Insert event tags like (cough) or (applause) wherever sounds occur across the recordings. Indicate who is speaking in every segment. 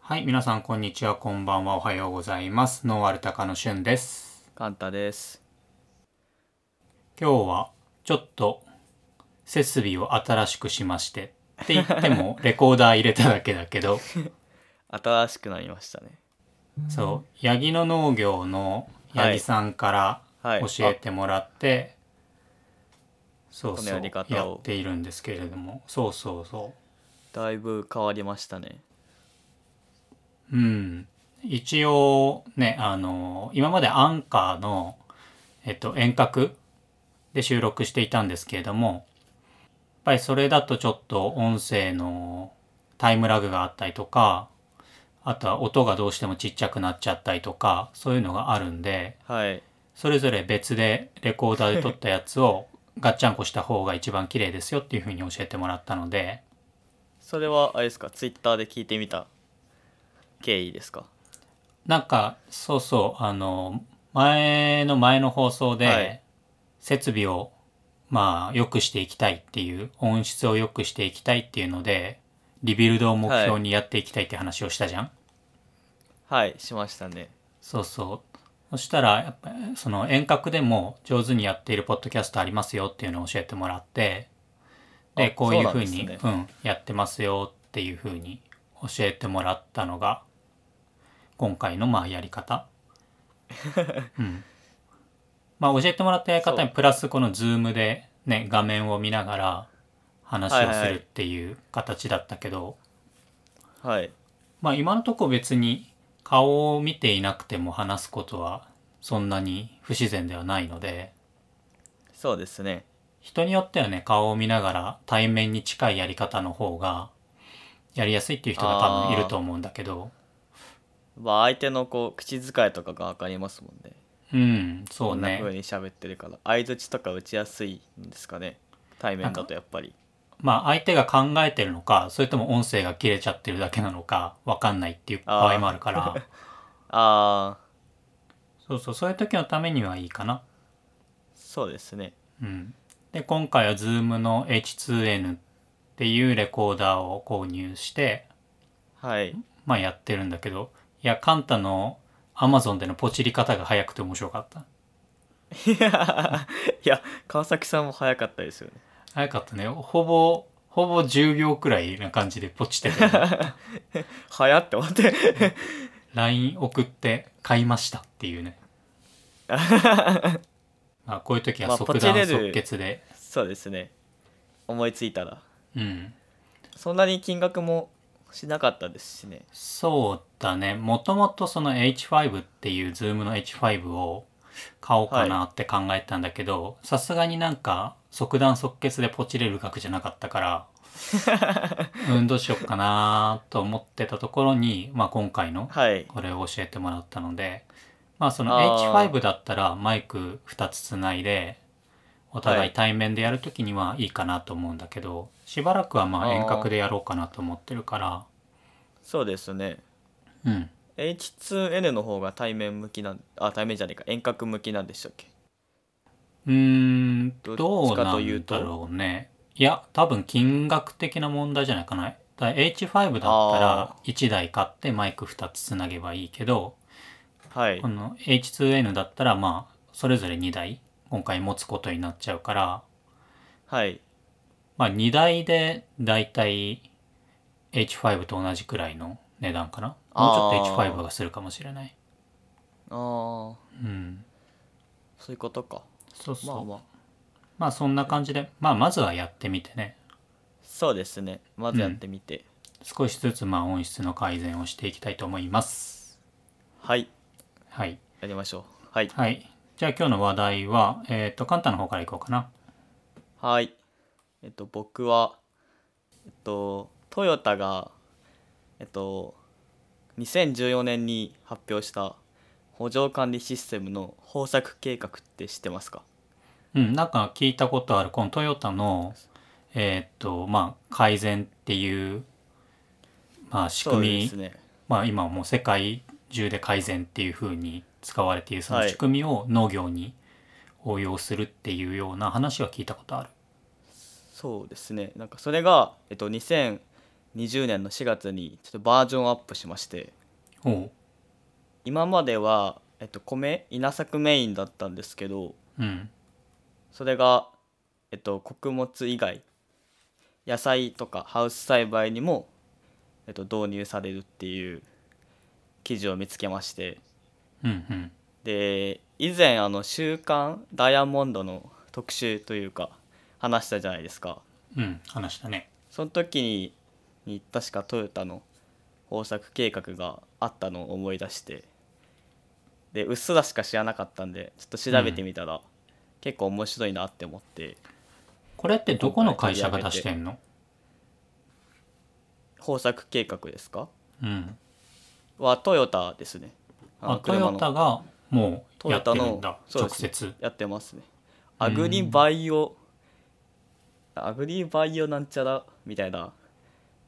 Speaker 1: はい、皆さんこんにちは、こんばんは、おはようございます。ノーアルタカのしゅんです。
Speaker 2: カンタです。
Speaker 1: 今日はちょっと設備を新しくしまして、って言って
Speaker 2: (laughs)
Speaker 1: もレコーダー入れただけだけど、
Speaker 2: 新しくなりましたね。
Speaker 1: そう、八木の農業の八木さんから
Speaker 2: はいはい
Speaker 1: 教えてもらって、そう
Speaker 2: この
Speaker 1: そ
Speaker 2: や
Speaker 1: う
Speaker 2: り方を
Speaker 1: やっているんですけれども、そうそうそう。
Speaker 2: だいぶ変わりましたね。
Speaker 1: うん、一応ねあの今までアンカーの、えっと、遠隔で収録していたんですけれどもやっぱりそれだとちょっと音声のタイムラグがあったりとかあとは音がどうしてもちっちゃくなっちゃったりとかそういうのがあるんで
Speaker 2: はい。
Speaker 1: それぞれ別でレコーダーで撮ったやつをガッチャンコした方が一番綺麗ですよっていうふうに教えてもらったので
Speaker 2: それはあれですか、ツイッターで聞いてみた経緯ですか。
Speaker 1: なんかそうそうあの前の前の放送で、
Speaker 2: はい
Speaker 1: 設備をまあ良くしていきたいっていう音質を良くしていきたいっていうのでリビルドを目標にやっていきたいって話をしたじゃん、
Speaker 2: はい、しましたね。
Speaker 1: そうそうそしたらやっぱその遠隔でも上手にやっているポッドキャストありますよっていうのを教えてもらってで
Speaker 2: あ
Speaker 1: こういう
Speaker 2: そう
Speaker 1: ふ
Speaker 2: な
Speaker 1: うん
Speaker 2: です
Speaker 1: に
Speaker 2: ね
Speaker 1: うん、やってますよっていうふうに教えてもらったのが今回のまあやり
Speaker 2: (laughs)
Speaker 1: 方、うん、まあ教えてもらったやり方にプラスこのズームでね画面を見ながら話をするっていう形だったけど、
Speaker 2: はい。
Speaker 1: まあ今のとこ別に顔を見ていなくても話すことはそんなに不自然ではないので
Speaker 2: そうですね。
Speaker 1: 人によってはね顔を見ながら対面に近いやり方の方がやりやすいっていう人が多分いると思うんだけど
Speaker 2: まあ相手のこう口遣いとかがわかりますもんね。
Speaker 1: うんそ
Speaker 2: こ
Speaker 1: うん
Speaker 2: な
Speaker 1: ね
Speaker 2: 風に喋ってるから、相槌とか打ちやすいんですかね。対面だとやっぱり。
Speaker 1: まあ相手が考えてるのかそれとも音声が切れちゃってるだけなのかわかんないっていう場合もあるから
Speaker 2: ああ、
Speaker 1: (laughs) そうそうそういう時のためにはいいかな
Speaker 2: そうですね。
Speaker 1: うん、で今回は Zoom の H2N っていうレコーダーを購入して、
Speaker 2: (laughs) はい。
Speaker 1: まあ、やってるんだけどいやカンタの Amazon でのポチり方が早くて面白かった
Speaker 2: いやいや、川崎さんも早かったですよね。
Speaker 1: 早かったねほぼほぼ10秒くらいな感じでポチってたよ
Speaker 2: (laughs)
Speaker 1: ね
Speaker 2: 早って思って。
Speaker 1: LINE 送って買いましたっていう
Speaker 2: (laughs)
Speaker 1: ね、まあ、こういう時
Speaker 2: ま
Speaker 1: は
Speaker 2: あ
Speaker 1: 即
Speaker 2: ポチ
Speaker 1: 断
Speaker 2: れる
Speaker 1: 即決で、
Speaker 2: そうですね思いついたら
Speaker 1: うん
Speaker 2: そんなに金額もしなかったですしね
Speaker 1: そうだねもともとその H5 っていう Zoom の H5 を買おうかなって考えたんだけどさすがになんか即断即決でポチれる額じゃなかったから
Speaker 2: (laughs)
Speaker 1: うんどうしようかなと思ってたところに、まあ、今回の
Speaker 2: はい
Speaker 1: これを教えてもらったので、まあ、その
Speaker 2: あー
Speaker 1: H5 だったらマイク2つつないでお互
Speaker 2: はいい
Speaker 1: 対面でやるときにはいいかなと思うんだけど、しばらくはまあ
Speaker 2: あー
Speaker 1: 遠隔でやろうかなと思ってるから。
Speaker 2: そうですね
Speaker 1: うん、
Speaker 2: H2N の方が対面向きなんあ対面じゃねえか遠隔向きなんでしたっけ
Speaker 1: うーん
Speaker 2: ど
Speaker 1: ど
Speaker 2: っ
Speaker 1: う
Speaker 2: ち
Speaker 1: な
Speaker 2: かというんと
Speaker 1: だろうねいや多分金額的な問題じゃないかなだ H5 だったら
Speaker 2: あ
Speaker 1: 1台買ってマイク2つつなげばいいけど
Speaker 2: はい
Speaker 1: この H2N だったらまあそれぞれ2台今回持つことになっちゃうから
Speaker 2: はい
Speaker 1: まあ2台でだいたい H5 と同じくらいの値段かなもうちょっと
Speaker 2: あー
Speaker 1: H5 がするかもしれない
Speaker 2: あー
Speaker 1: うん
Speaker 2: そういうことか
Speaker 1: そうそう
Speaker 2: まあまあ
Speaker 1: まあそんな感じでまあまずはやってみてね
Speaker 2: そうですねまずやってみて、
Speaker 1: 少しずつまあ音質の改善をしていきたいと思います。
Speaker 2: はい
Speaker 1: はい。
Speaker 2: やりましょうはい
Speaker 1: はい。じゃあ今日の話題は、えっ、と、カンタの方からいこうかな。
Speaker 2: はい。えっと、僕は、えっと、トヨタが、えっと、2014年に発表した補助管理システムの方策計画って知ってますか
Speaker 1: うん、なんか聞いたことある、このトヨタの、えっ、と、まあ、改善っていう、まあ、仕組み、
Speaker 2: そうですね。
Speaker 1: まあ、今はもう世界中で改善っていう風に使われている、その
Speaker 2: はい
Speaker 1: 仕組みを農業に応用するっていうような話は聞いたことある。
Speaker 2: そうですね。なんかそれが、えっと、2014 20年の4月にちょっとバージョンアップしまして
Speaker 1: おう
Speaker 2: 今までは、えっと、米稲作メインだったんですけど
Speaker 1: うん
Speaker 2: それが、えっと、穀物以外野菜とかハウス栽培にも、えっと、導入されるっていう記事を見つけまして
Speaker 1: うんうん
Speaker 2: で以前あの「週刊ダイヤモンド」の特集というか話したじゃないですか
Speaker 1: うん話したね
Speaker 2: その時にに確かトヨタの豊作計画があったのを思い出してでうっすらしか知らなかったんでちょっと調べてみたら、結構面白いなって思って
Speaker 1: これってどこの会社が出してんの
Speaker 2: 豊作計画ですか
Speaker 1: うん
Speaker 2: はトヨタですねあの
Speaker 1: あトヨタがもう
Speaker 2: ト
Speaker 1: や
Speaker 2: ヨ
Speaker 1: って
Speaker 2: タ
Speaker 1: るん
Speaker 2: の
Speaker 1: だ
Speaker 2: そう
Speaker 1: 直
Speaker 2: ですね
Speaker 1: 接
Speaker 2: やってますねアグリバイオアグリバイオなんちゃらみたいな、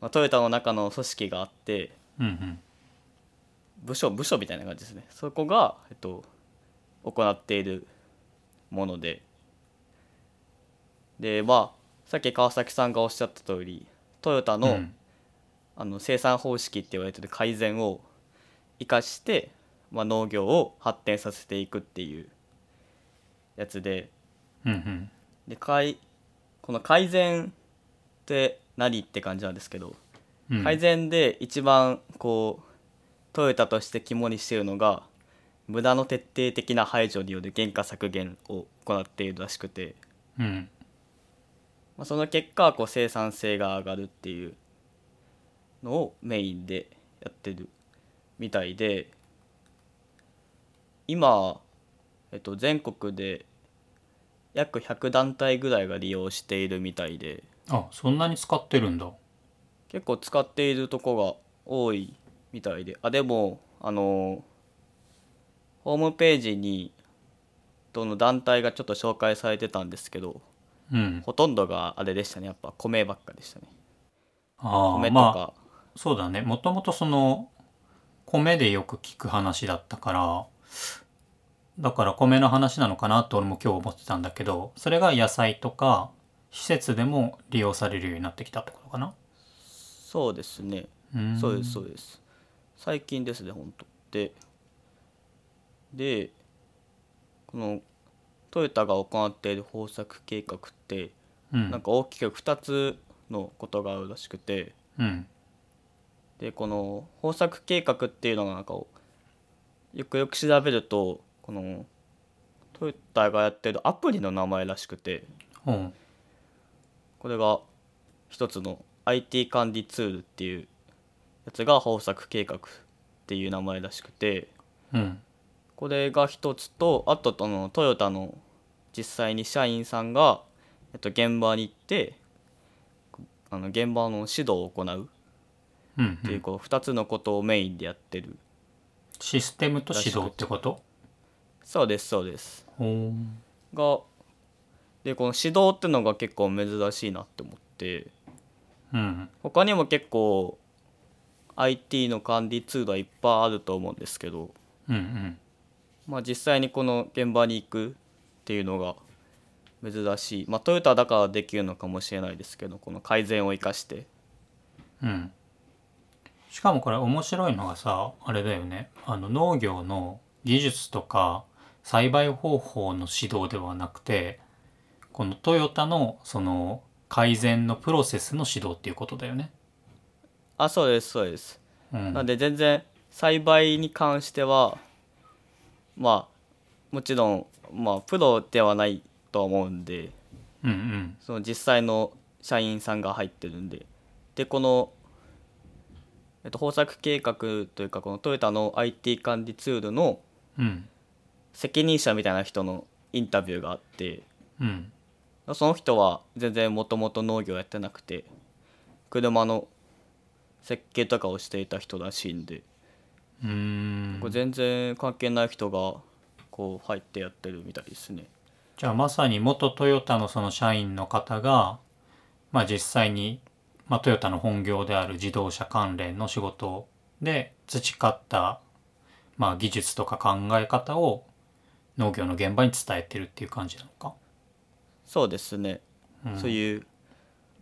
Speaker 2: まあ、トヨタの中の組織があって
Speaker 1: うんうん
Speaker 2: 部署部署みたいな感じですねそこが、えっと、行っているものででまあさっき川崎さんがおっしゃった通りトヨタの,、
Speaker 1: うん
Speaker 2: あの生産方式って言われてる改善を生かして、まあ、農業を発展させていくっていうやつで
Speaker 1: うんうん
Speaker 2: で改この改善って何って感じなんですけど
Speaker 1: うん
Speaker 2: 改善で一番こうトヨタとして肝にしているのが無駄の徹底的な排除による原価削減を行っているらしくて、
Speaker 1: うん
Speaker 2: まあ、その結果こう生産性が上がるっていうのをメインでやってるみたいで今、えっと、全国で約100団体ぐらいが利用しているみたいで。
Speaker 1: あそんなに使ってるんだ
Speaker 2: 結構使っているとこが多いみたいであでもあのホームページにどの団体がちょっと紹介されてたんですけど
Speaker 1: うん
Speaker 2: ほとんどがあれでしたねやっぱ米ばっかでしたね
Speaker 1: あ
Speaker 2: 米
Speaker 1: あ
Speaker 2: と
Speaker 1: まあ
Speaker 2: か、
Speaker 1: そうだねもともとその米でよく聞く話だったからだから米の話なのかなと俺も今日思ってたんだけどそれが野菜とか施設でも利用されるようになってきたってことかな
Speaker 2: そうですね
Speaker 1: ん
Speaker 2: そうですそうです最近ですねほんとででこのトヨタが行っている豊作計画って
Speaker 1: うん
Speaker 2: なんか大きく2つのことがあるらしくて、
Speaker 1: うん
Speaker 2: でこの豊作計画っていうのがなんかをよくよく調べるとこのトヨタがやってるアプリの名前らしくて
Speaker 1: うん
Speaker 2: これが一つの IT 管理ツールっていうやつが豊作計画っていう名前らしくて
Speaker 1: うん
Speaker 2: これが一つとあとそのトヨタの実際に社員さんが、えっと、現場に行ってあの現場の指導を行う
Speaker 1: うん
Speaker 2: っていうこう2つのことをメインでやってる
Speaker 1: システムと指導ってこと
Speaker 2: そうですそうです
Speaker 1: ほー
Speaker 2: がでこの指導ってのが結構珍しいなって思って
Speaker 1: うん
Speaker 2: 他にも結構 IT の管理ツールはいっぱいあると思うんですけど、
Speaker 1: うんうん
Speaker 2: まあ、実際にこの現場に行くっていうのが珍しい、まあ、トヨタだからできるのかもしれないですけどこの改善を生かして
Speaker 1: うんしかもこれ面白いのがさあれだよねあの農業の技術とか栽培方法の指導ではなくてこのトヨタのその改善のプロセスの指導っていうことだよね。
Speaker 2: あそうですそうです
Speaker 1: うん、
Speaker 2: なんで全然栽培に関してはまあもちろんまあプロではないとは思うんで
Speaker 1: うんうん
Speaker 2: その実際の社員さんが入ってるんででこの、えっと、豊作計画というかこのトヨタの IT 管理ツールの
Speaker 1: うん
Speaker 2: 責任者みたいな人のインタビューがあって
Speaker 1: うん
Speaker 2: その人は全然もともと農業やってなくて車の設計とかをしていた人らしいんで
Speaker 1: うーん
Speaker 2: これ全然関係ない人がこう入ってやってるみたいですね。
Speaker 1: じゃあまさに元トヨタのその社員の方が、まあ、実際に、まあ、トヨタの本業である自動車関連の仕事で培った、まあ、技術とか考え方を農業の現場に伝えてるっていう感じなのか。
Speaker 2: そうですね
Speaker 1: うん
Speaker 2: そういう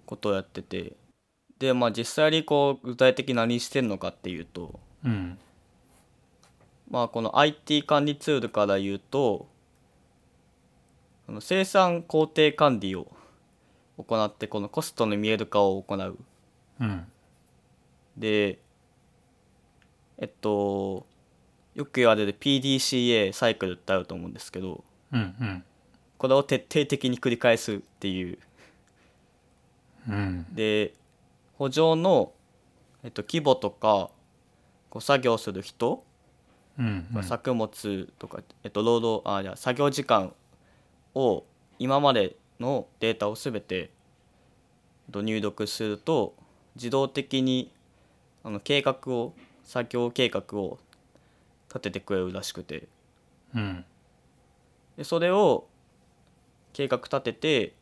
Speaker 2: ことをやっててでまあ実際にこう具体的に何してんのかっていうと
Speaker 1: うん
Speaker 2: まあこの IT 管理ツールから言うとあの生産工程管理を行ってこのコストの見える化を行う
Speaker 1: うん
Speaker 2: でえっとよく言われる PDCA サイクルってあると思うんですけど
Speaker 1: うん
Speaker 2: これを徹底的に繰り返すっていう
Speaker 1: うんうん
Speaker 2: で補助の、えっと、規模とかこう作業する人、
Speaker 1: うんうん
Speaker 2: 作物とか、えっと、労働あじゃあ作業時間を今までのデータを全てえっと入力すると自動的にあの計画を作業計画を立ててくれるらしくて
Speaker 1: うん
Speaker 2: でそれを計画立てて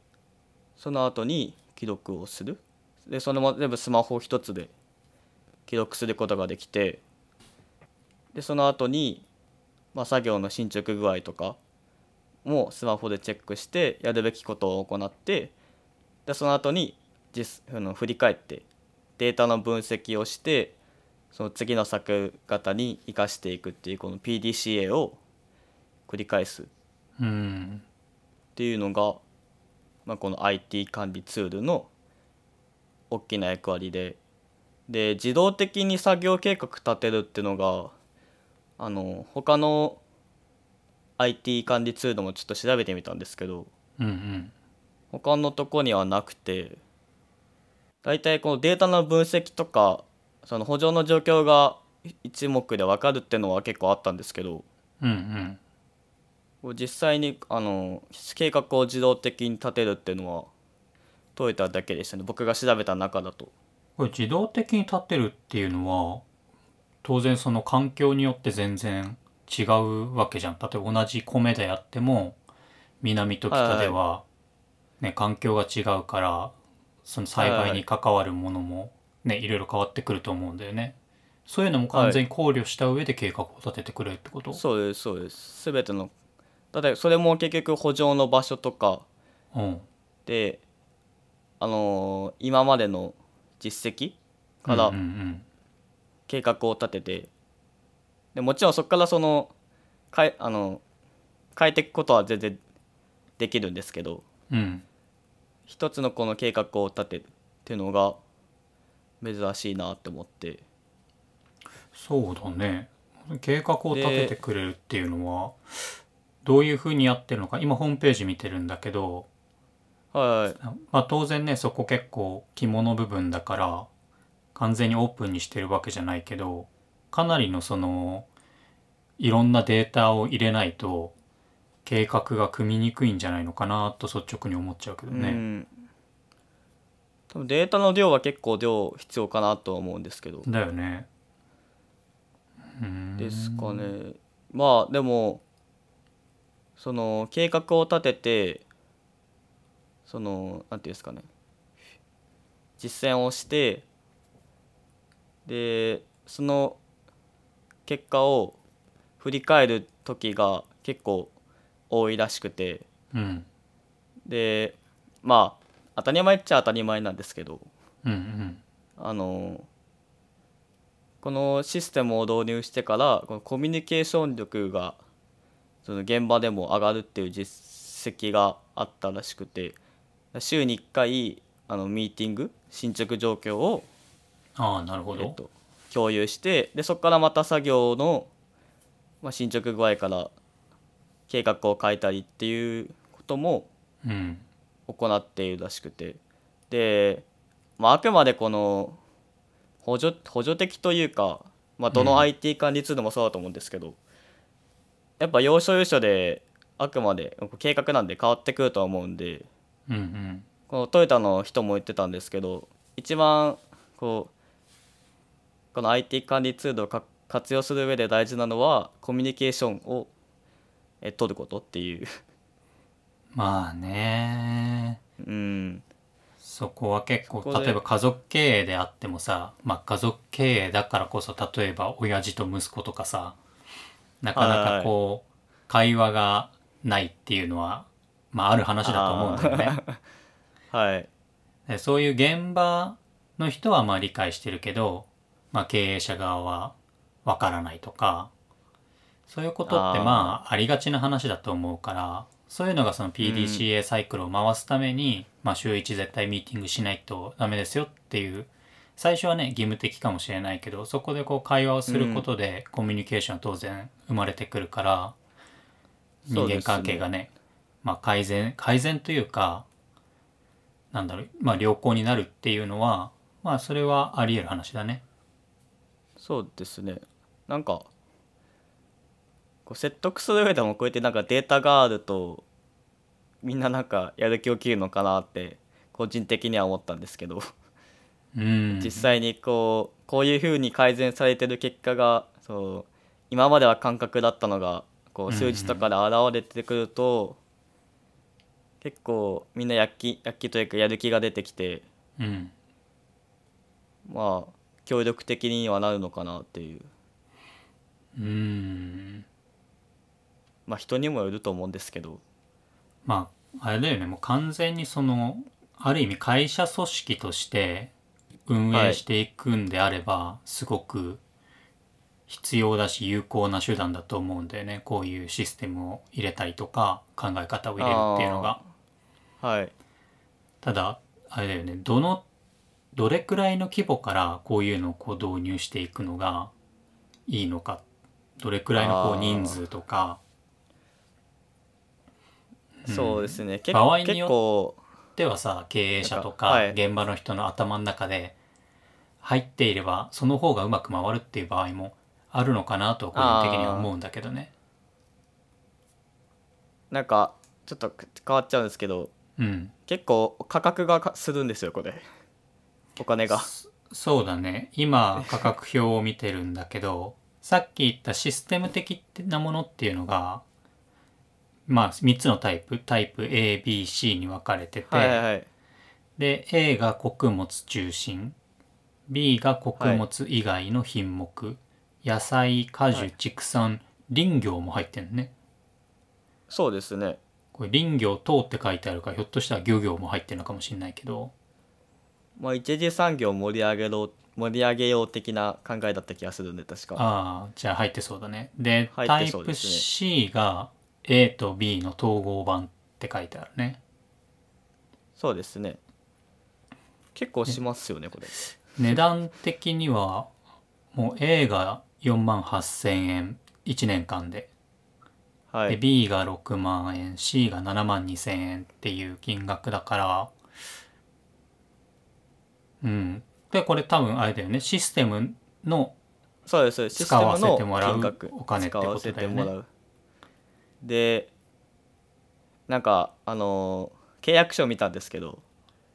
Speaker 2: その後に記録をするでそれも全部スマホ一つで記録することができてでその後にまあ、作業の進捗具合とかもスマホでチェックしてやるべきことを行ってでその後に実あの振り返ってデータの分析をしてその次の作型に生かしていくっていうこの PDCA を繰り返す
Speaker 1: うん
Speaker 2: っていうのが、まあ、この IT 管理ツールの大きな役割でで自動的に作業計画立てるっていうのがあの他の IT 管理ツールもちょっと調べてみたんですけど
Speaker 1: うんうん
Speaker 2: 他のとこにはなくて大体このデータの分析とかその補助の状況が一目で分かるっていうのは結構あったんですけど、
Speaker 1: うんうん
Speaker 2: こう実際にあの計画を自動的に立てるっていうのは解いただけでしたね僕が調べた中だと
Speaker 1: これ自動的に立ってるっていうのは当然その環境によって全然違うわけじゃん例えば同じ米でやっても南と北では、ね環境が違うからその栽培に関わるものも、ねいろいろ変わってくると思うんだよね。そういうのも完全に考慮した上で計画を立ててくれるってこと、
Speaker 2: そうですそうです全てのだってそれも結局補助の場所とか
Speaker 1: うん
Speaker 2: であのー今までの実績から
Speaker 1: うんうん
Speaker 2: 計画を立ててでもちろんそこからそのかいあの変えていくことは全然できるんですけど
Speaker 1: うんうん
Speaker 2: 一つのこの計画を立てるっていうのが珍しいなって思って
Speaker 1: そうだね計画を立ててくれるっていうのはどういうふうにやってるのか今ホームページ見てるんだけど、
Speaker 2: はい
Speaker 1: まあ、当然ねそこ結構肝の部分だから完全にオープンにしてるわけじゃないけどかなりのそのいろんなデータを入れないと計画が組みにくいんじゃないのかなと率直に思っちゃうけど
Speaker 2: う
Speaker 1: ね。
Speaker 2: ん多分データの量は結構量必要かなとは思うんですけど
Speaker 1: だよね。うーん
Speaker 2: ですかねまあでもその計画を立ててそのなんていうんですかね実践をしてでその結果を振り返る時が結構多いらしくて
Speaker 1: うん
Speaker 2: でまあ当たり前っちゃ当たり前なんですけど
Speaker 1: うんうん
Speaker 2: あのこのシステムを導入してからこのコミュニケーション力がその現場でも上がるっていう実績があったらしくて週に1回あのミーティング進捗状況を、
Speaker 1: ああなるほ
Speaker 2: え
Speaker 1: ど
Speaker 2: っ。と、共有してでそこからまた作業の、まあ、進捗具合から計画を変えたりっていうことも
Speaker 1: うん
Speaker 2: 行っているらしくてで、まあ、あくまでこの補助補助的というか、まあ、ど
Speaker 1: うん
Speaker 2: の IT 管理ツールもそうだと思うんですけど、やっぱ要所要所であくまで計画なんで変わってくるとは思うんで
Speaker 1: うんうん
Speaker 2: このトヨタの人も言ってたんですけど一番こうこの IT 管理ツールをか活用する上で大事なのはコミュニケーションをえ取ることっていう、
Speaker 1: まあね
Speaker 2: うん、
Speaker 1: そこは結構
Speaker 2: そこで
Speaker 1: 例えば家族経営であってもさ、まあ、家族経営だからこそ例えば親父と息子とかさなかなかこう会話がないっていうのは、まあ、ある話だと思うんだよね。
Speaker 2: (laughs) はい、
Speaker 1: でそういう現場の人はまあ理解してるけど、まあ、経営者側はわからないとかそういうことって
Speaker 2: あー
Speaker 1: まあありがちな話だと思うからそういうのがその PDCA サイクルを回すために、まあ、週1絶対ミーティングしないとダメですよっていう最初はね義務的かもしれないけどそこでこう会話をすることでコミュニケーションは当然生まれてくるから、
Speaker 2: そう
Speaker 1: 人
Speaker 2: ですね
Speaker 1: 間関係がねまあ、改善改善というかなんだろう、まあ、良好になるっていうのはまあそれはあり得る話だね。
Speaker 2: そうですねなんかこう説得する上でもこうやってなんかデータがあるとみんななんかやる気を切るのかなって個人的には思ったんですけど
Speaker 1: うん、
Speaker 2: 実際にこうこういうふうに改善されてる結果がそう今までは感覚だったのが
Speaker 1: う
Speaker 2: こ
Speaker 1: ん
Speaker 2: う
Speaker 1: うん
Speaker 2: 数値とかで現れてくると、結構みんな躍起躍起というかやる気が出てきて
Speaker 1: うん
Speaker 2: まあ協力的にはなるのかなっていう
Speaker 1: うん
Speaker 2: まあ人にもよると思うんですけど
Speaker 1: まああれだよねもう完全にそのある意味会社組織として運営していくんであれば、すごく必要だし有効な手段だと思うんだよねこういうシステムを入れたりとか考え方を入れるっていうのが。
Speaker 2: はい
Speaker 1: ただあれだよねどのどれくらいの規模からこういうのをこう導入していくのがいいのかどれくらいのこ
Speaker 2: あ
Speaker 1: う
Speaker 2: ー
Speaker 1: 人数とかうん
Speaker 2: そうですね結
Speaker 1: 場合
Speaker 2: 構
Speaker 1: によっ
Speaker 2: 結構
Speaker 1: ではさ経営者とか、
Speaker 2: なんかはい
Speaker 1: 現場の人の頭の中で入っていればその方がうまく回るっていう場合もあるのかなと個人的には思うんだけどね。
Speaker 2: なんかちょっと変わっちゃうんですけど
Speaker 1: うん、
Speaker 2: 結構価格がかするんですよこれ (laughs) お金が。
Speaker 1: そうだね今価格表を見てるんだけど (laughs) さっき言ったシステム的なものっていうのがまあ3つのタイプタイプ ABC に分かれてて、
Speaker 2: はいはいはい
Speaker 1: で A が穀物中心 B が穀物以外の品目、野菜果
Speaker 2: は
Speaker 1: 樹
Speaker 2: い
Speaker 1: 畜産林業も入ってるね
Speaker 2: そうですね
Speaker 1: これ林業等って書いてあるからひょっとしたら漁業も入ってるのかもしれないけど
Speaker 2: まあ、一次産業を盛り上げろ盛り上げよう的な考えだった気がするんで確か
Speaker 1: ああじゃあ入ってそうだねで
Speaker 2: 入っ
Speaker 1: タ
Speaker 2: て
Speaker 1: イ
Speaker 2: そうで
Speaker 1: プ
Speaker 2: すね
Speaker 1: C が A と B の統合版って書いてあるね
Speaker 2: そうですね結構しますよねこれ
Speaker 1: 値段的にはもう A が4万8000円1年間で
Speaker 2: は
Speaker 1: で
Speaker 2: い
Speaker 1: B が6万円 C が7万2千円っていう金額だからうんでこれ多分あれだよねシステムの
Speaker 2: そうですそうですシステ
Speaker 1: 使わ
Speaker 2: ム
Speaker 1: せ
Speaker 2: の
Speaker 1: てもらう
Speaker 2: 金額
Speaker 1: お金ってことだよね
Speaker 2: 使わせてもらうでなんかあのー契約書を見たんですけど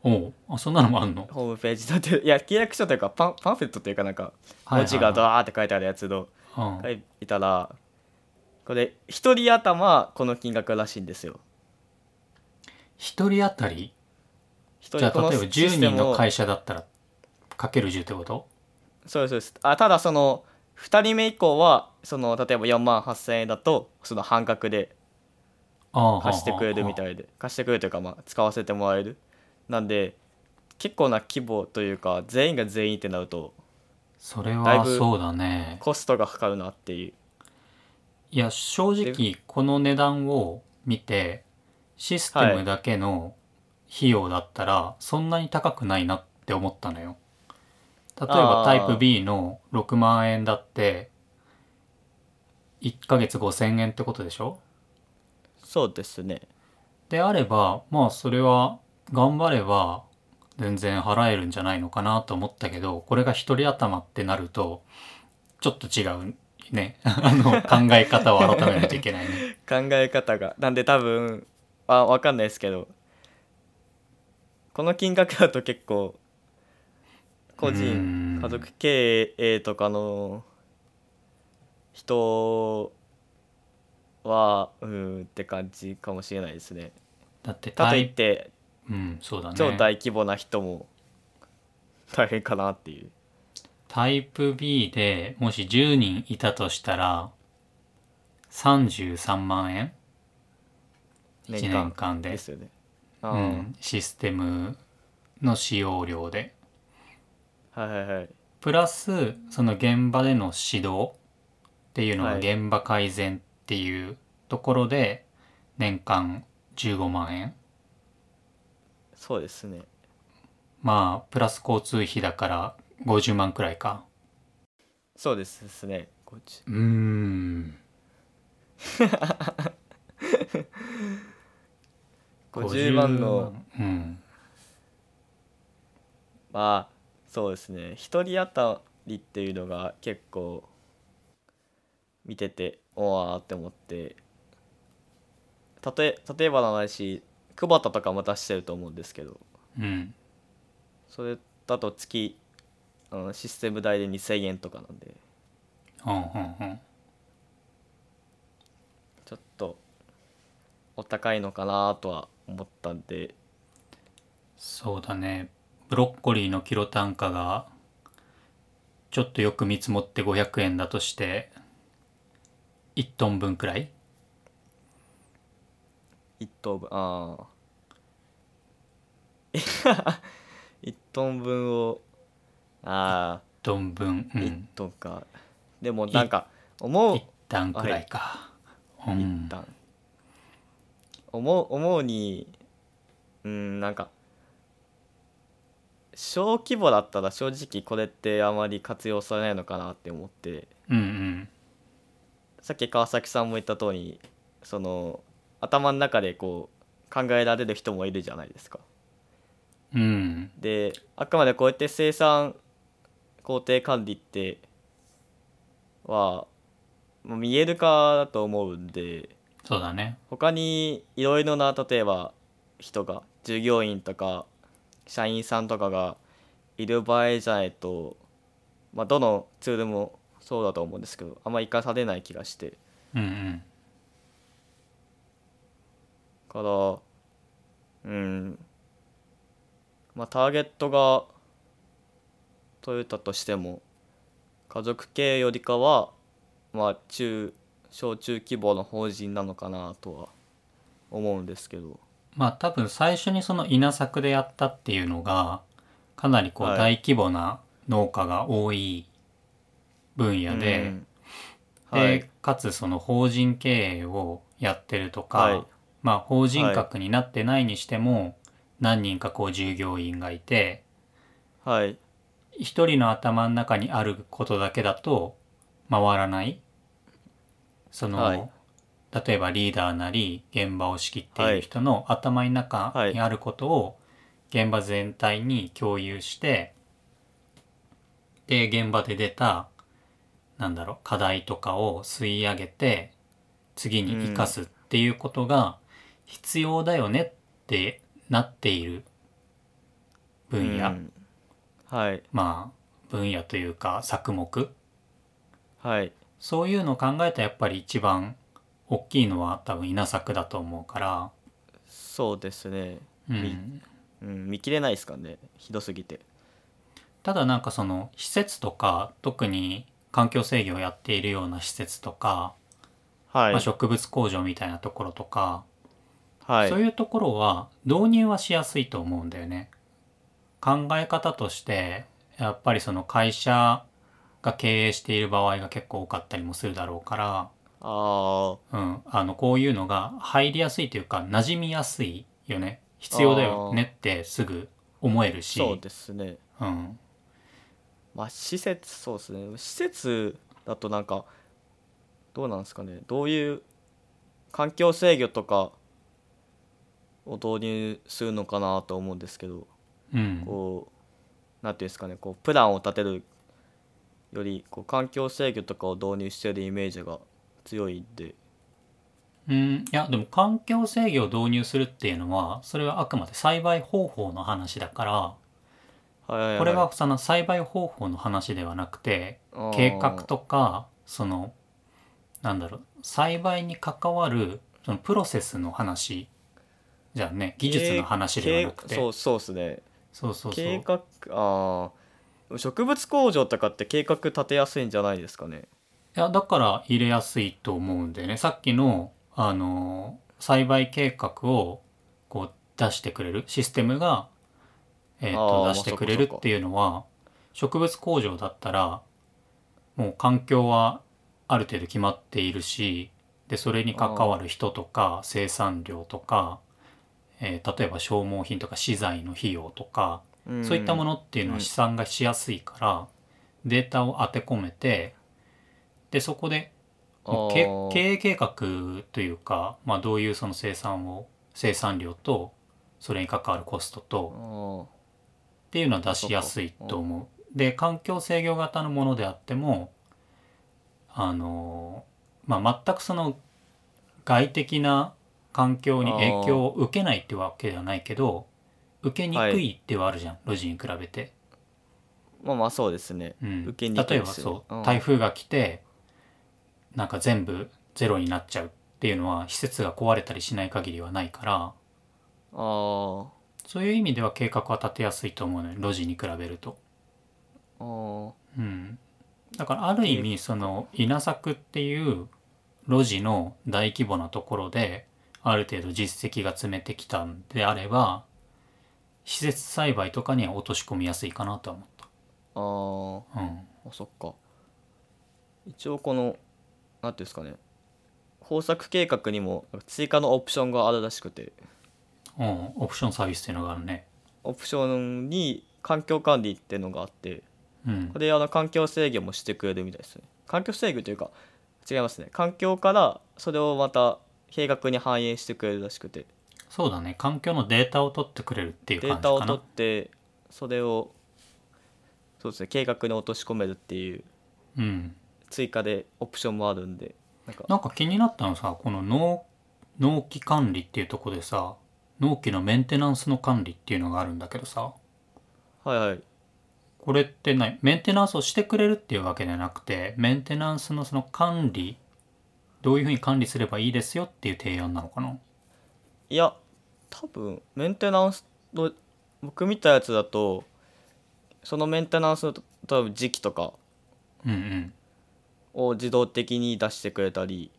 Speaker 1: おうあそんなのもあんの
Speaker 2: ホームページだっていや契約書というかパンパンフレットというかなんか文字がド
Speaker 1: だ
Speaker 2: ワーって書いてあるやつの
Speaker 1: うん
Speaker 2: 書いたらこれ一人頭この金額らしいんですよ
Speaker 1: 一人当たり
Speaker 2: 一
Speaker 1: じゃ
Speaker 2: こ
Speaker 1: あ
Speaker 2: の
Speaker 1: 例えば
Speaker 2: シ
Speaker 1: 10
Speaker 2: ステ
Speaker 1: 人
Speaker 2: ムを
Speaker 1: の会社だったらかける10ってこと
Speaker 2: そうですそうですあただその2人目以降はその例えば4万8,000円だとその半額で
Speaker 1: ああ
Speaker 2: 貸してくれるみ
Speaker 1: い
Speaker 2: たいで貸してくれるというかまあ使わせてもらえるなんで結構な規模というか全員が全員ってなると
Speaker 1: それ
Speaker 2: だい
Speaker 1: は
Speaker 2: ぶ
Speaker 1: そうだね
Speaker 2: コストがかかるなっていう
Speaker 1: いや正直この値段を見てシステムだけの費用だったらそんなに高くないなって思ったのよ。例えば
Speaker 2: あー
Speaker 1: タイプ B の6万円だって1ヶ月5,000円ってことでしょ
Speaker 2: そうですね
Speaker 1: であればまあそれは頑張れば全然払えるんじゃないのかなと思ったけどこれが一人頭ってなるとちょっと違うね (laughs) あの考え方を改めないといけないね。 (laughs)
Speaker 2: 考え方がなんで多分あわかんないですけどこの金額だと結構個
Speaker 1: う
Speaker 2: 人
Speaker 1: ん
Speaker 2: 家族経営とかの人はうーんって感じかもしれないですね。
Speaker 1: だって
Speaker 2: か
Speaker 1: タ
Speaker 2: といっ
Speaker 1: イ
Speaker 2: て
Speaker 1: うんそうだ
Speaker 2: 超
Speaker 1: ね
Speaker 2: 大規模な人も大変かなっていう。
Speaker 1: タイプ B でもし10人いたとしたら33万円1
Speaker 2: 年
Speaker 1: 年
Speaker 2: 間
Speaker 1: 間で
Speaker 2: ですよね。あ
Speaker 1: う
Speaker 2: ー
Speaker 1: ん、システムの使用料で
Speaker 2: はいはいはい
Speaker 1: プラスその現場での指導っていうのが
Speaker 2: はい
Speaker 1: 現場改善っていうところで年間15万円
Speaker 2: そうですね
Speaker 1: まあプラス交通費だから50万くらいか
Speaker 2: そうですねこっち
Speaker 1: うーん
Speaker 2: 50万の
Speaker 1: うん
Speaker 2: まあそうですね一人当たりっていうのが結構見てておわーって思ってたとえ例えばの話久保田とかも出してると思うんですけど
Speaker 1: うん
Speaker 2: それだと月あのシステム代で2,000円とかなんで
Speaker 1: うんうんうん
Speaker 2: ちょっとお高いのかなとは思ったんで
Speaker 1: そうだねブロッコリーのキロ単価がちょっとよく見積もって500円だとして1トン分くらい
Speaker 2: 1等分ああ (laughs) 一トン分をああ
Speaker 1: トン分、う
Speaker 2: 1
Speaker 1: ん、
Speaker 2: トンか、でもなんか思う
Speaker 1: 一旦くらいか、う
Speaker 2: 一
Speaker 1: ん
Speaker 2: 旦思う思うにうんなんか小規模だったら正直これってあまり活用されないのかなって思って
Speaker 1: うんうん
Speaker 2: さっき川崎さんも言った通りその頭の中でこう考えられる人もいるじゃないですか。
Speaker 1: うん
Speaker 2: であくまでこうやって生産工程管理ってはまあ見える化だと思うんで
Speaker 1: そうだね
Speaker 2: 他にいろいろな例えば人が従業員とか社員さんとかがいる場合じゃないと、まあ、どのツールもそうだと思うんですけどあんまり生かされない気がして
Speaker 1: うんうん
Speaker 2: からうんまあターゲットがトヨタとしても家族経営よりかはまあ中小中規模の法人なのかなとは思うんですけど
Speaker 1: まあ多分最初にその稲作でやったっていうのがかなりこう
Speaker 2: はい
Speaker 1: 大規模な農家が多い分野で、
Speaker 2: うん
Speaker 1: で
Speaker 2: はい
Speaker 1: かつその法人経営をやってるとか、
Speaker 2: はい
Speaker 1: まあ法人格になってないにしても何人かこう従業員がいて
Speaker 2: はい
Speaker 1: 一人の頭の中にあることだけだと回らないその、
Speaker 2: はい
Speaker 1: 例えばリーダーなり現場を仕切っている人の頭の中
Speaker 2: はい
Speaker 1: にあることを現場全体に共有してで現場で出たなんだろう課題とかを吸い上げて次に生かすっていうことが必要だよねってなっている分野。
Speaker 2: うんはい
Speaker 1: まあ分野というか作目
Speaker 2: はい
Speaker 1: そういうのを考えたらやっぱり一番大きいのは多分稲作だと思うから、
Speaker 2: そうですね、
Speaker 1: うん
Speaker 2: うんうん、見切れないですかねひどすぎて
Speaker 1: ただなんかその施設とか特に環境制御をやっているような施設とか、
Speaker 2: はい
Speaker 1: まあ、植物工場みたいなところとか、
Speaker 2: はい
Speaker 1: そういうところは導入はしやすいと思うんだよね。考え方としてやっぱりその会社が経営している場合が結構多かったりもするだろうから、
Speaker 2: あ
Speaker 1: うん、あのこういうのが入りやすいというか馴染みやすいよね必要だよねってすぐ思える
Speaker 2: ー
Speaker 1: し
Speaker 2: そうですね
Speaker 1: うん、
Speaker 2: まあ施設そうですね施設だとなんかどうなんですかねどういう環境制御とかを導入するのかなと思うんですけど
Speaker 1: うん、
Speaker 2: こうなんていうんですかねこうプランを立てるよりこう環境制御とかを導入してるイメージが強いんで
Speaker 1: うん、いやでも環境制御を導入するっていうのはそれはあくまで栽培方法の話だか
Speaker 2: はいはいい
Speaker 1: らこれはその栽培方法の話ではなくて
Speaker 2: あー
Speaker 1: 計画とかそのなんだろう栽培に関わるそのプロセスの話じゃあね技術の話ではなく
Speaker 2: 計
Speaker 1: て
Speaker 2: 計そうそうですね
Speaker 1: そうそうそう
Speaker 2: 計画あー植物工場とかって計画立てやすいんじゃないですかね
Speaker 1: いやだから入れやすいと思うんだよねさっきの、あのー栽培計画をこう出してくれるシステムが、えー
Speaker 2: あー
Speaker 1: と
Speaker 2: まあ
Speaker 1: 出してくれるっていうのは植物工場だったらもう環境はある程度決まっているしでそれに関わる人とか生産量とか、えー例えば消耗品とか資材の費用とか、
Speaker 2: うん
Speaker 1: そういったものっていうのは試算がしやすいから、データを当て込めてでそこでもうけ
Speaker 2: あー
Speaker 1: 経営計画というか、まあ、どういうその生産を生産量とそれに関わるコストと、
Speaker 2: あー
Speaker 1: っていうのは出しやすいと思う。で環境制御型のものであってもあの、まあ、全くその外的な環境に影響を受けないってわけではないけど受けにくいではあるじゃん、路地に比べて。
Speaker 2: まあまあそうですね、
Speaker 1: うん
Speaker 2: 受けにく
Speaker 1: 例え
Speaker 2: い
Speaker 1: ば
Speaker 2: し
Speaker 1: そう
Speaker 2: うん
Speaker 1: 台風が来てなんか全部ゼロになっちゃうっていうのは施設が壊れたりしない限りはないから
Speaker 2: ああ
Speaker 1: そういう意味では計画は立てやすいと思うのよ路地に比べると。
Speaker 2: あー
Speaker 1: うん、だからある意味その稲作っていう路地の大規模なところである程度実績が詰めてきたんであれば施設栽培とかには落とし込みやすいかなとは思っ
Speaker 2: あー
Speaker 1: た。うん
Speaker 2: あそっか一応このなんていうんですかね豊作計画にもなんか追加のオプションがあるらしくて
Speaker 1: うん、オプションサービスっていうのがあるね。
Speaker 2: オプションに環境管理っていうのがあって
Speaker 1: うん
Speaker 2: こ、れあの環境制御もしてくれるみたいですね環境制御というか違いますね環境からそれをまた計画に反映してくれるらしくて
Speaker 1: そうだね環境のデータを取ってくれるっていう
Speaker 2: デ
Speaker 1: 感
Speaker 2: ー
Speaker 1: じ
Speaker 2: タを
Speaker 1: か
Speaker 2: 取っ
Speaker 1: な。
Speaker 2: てそれをそうですね計画に落とし込めるっていう
Speaker 1: うん、
Speaker 2: 追加でオプションもあるんでなんか
Speaker 1: なんか気になったのさこの農農機管理っていうとこでさ農機のメンテナンスの管理っていうのがあるんだけどさ。
Speaker 2: はいはい
Speaker 1: これって何メンテナンスをしてくれるっていうわけじゃなくてメンテナンスのその管理どういうふうに管理すればいいですよっていう提案なのかない
Speaker 2: や多分メンテナンスの僕見たやつだとそのメンテナンスの多分時期とか
Speaker 1: うんうん
Speaker 2: を自動的に出してくれたり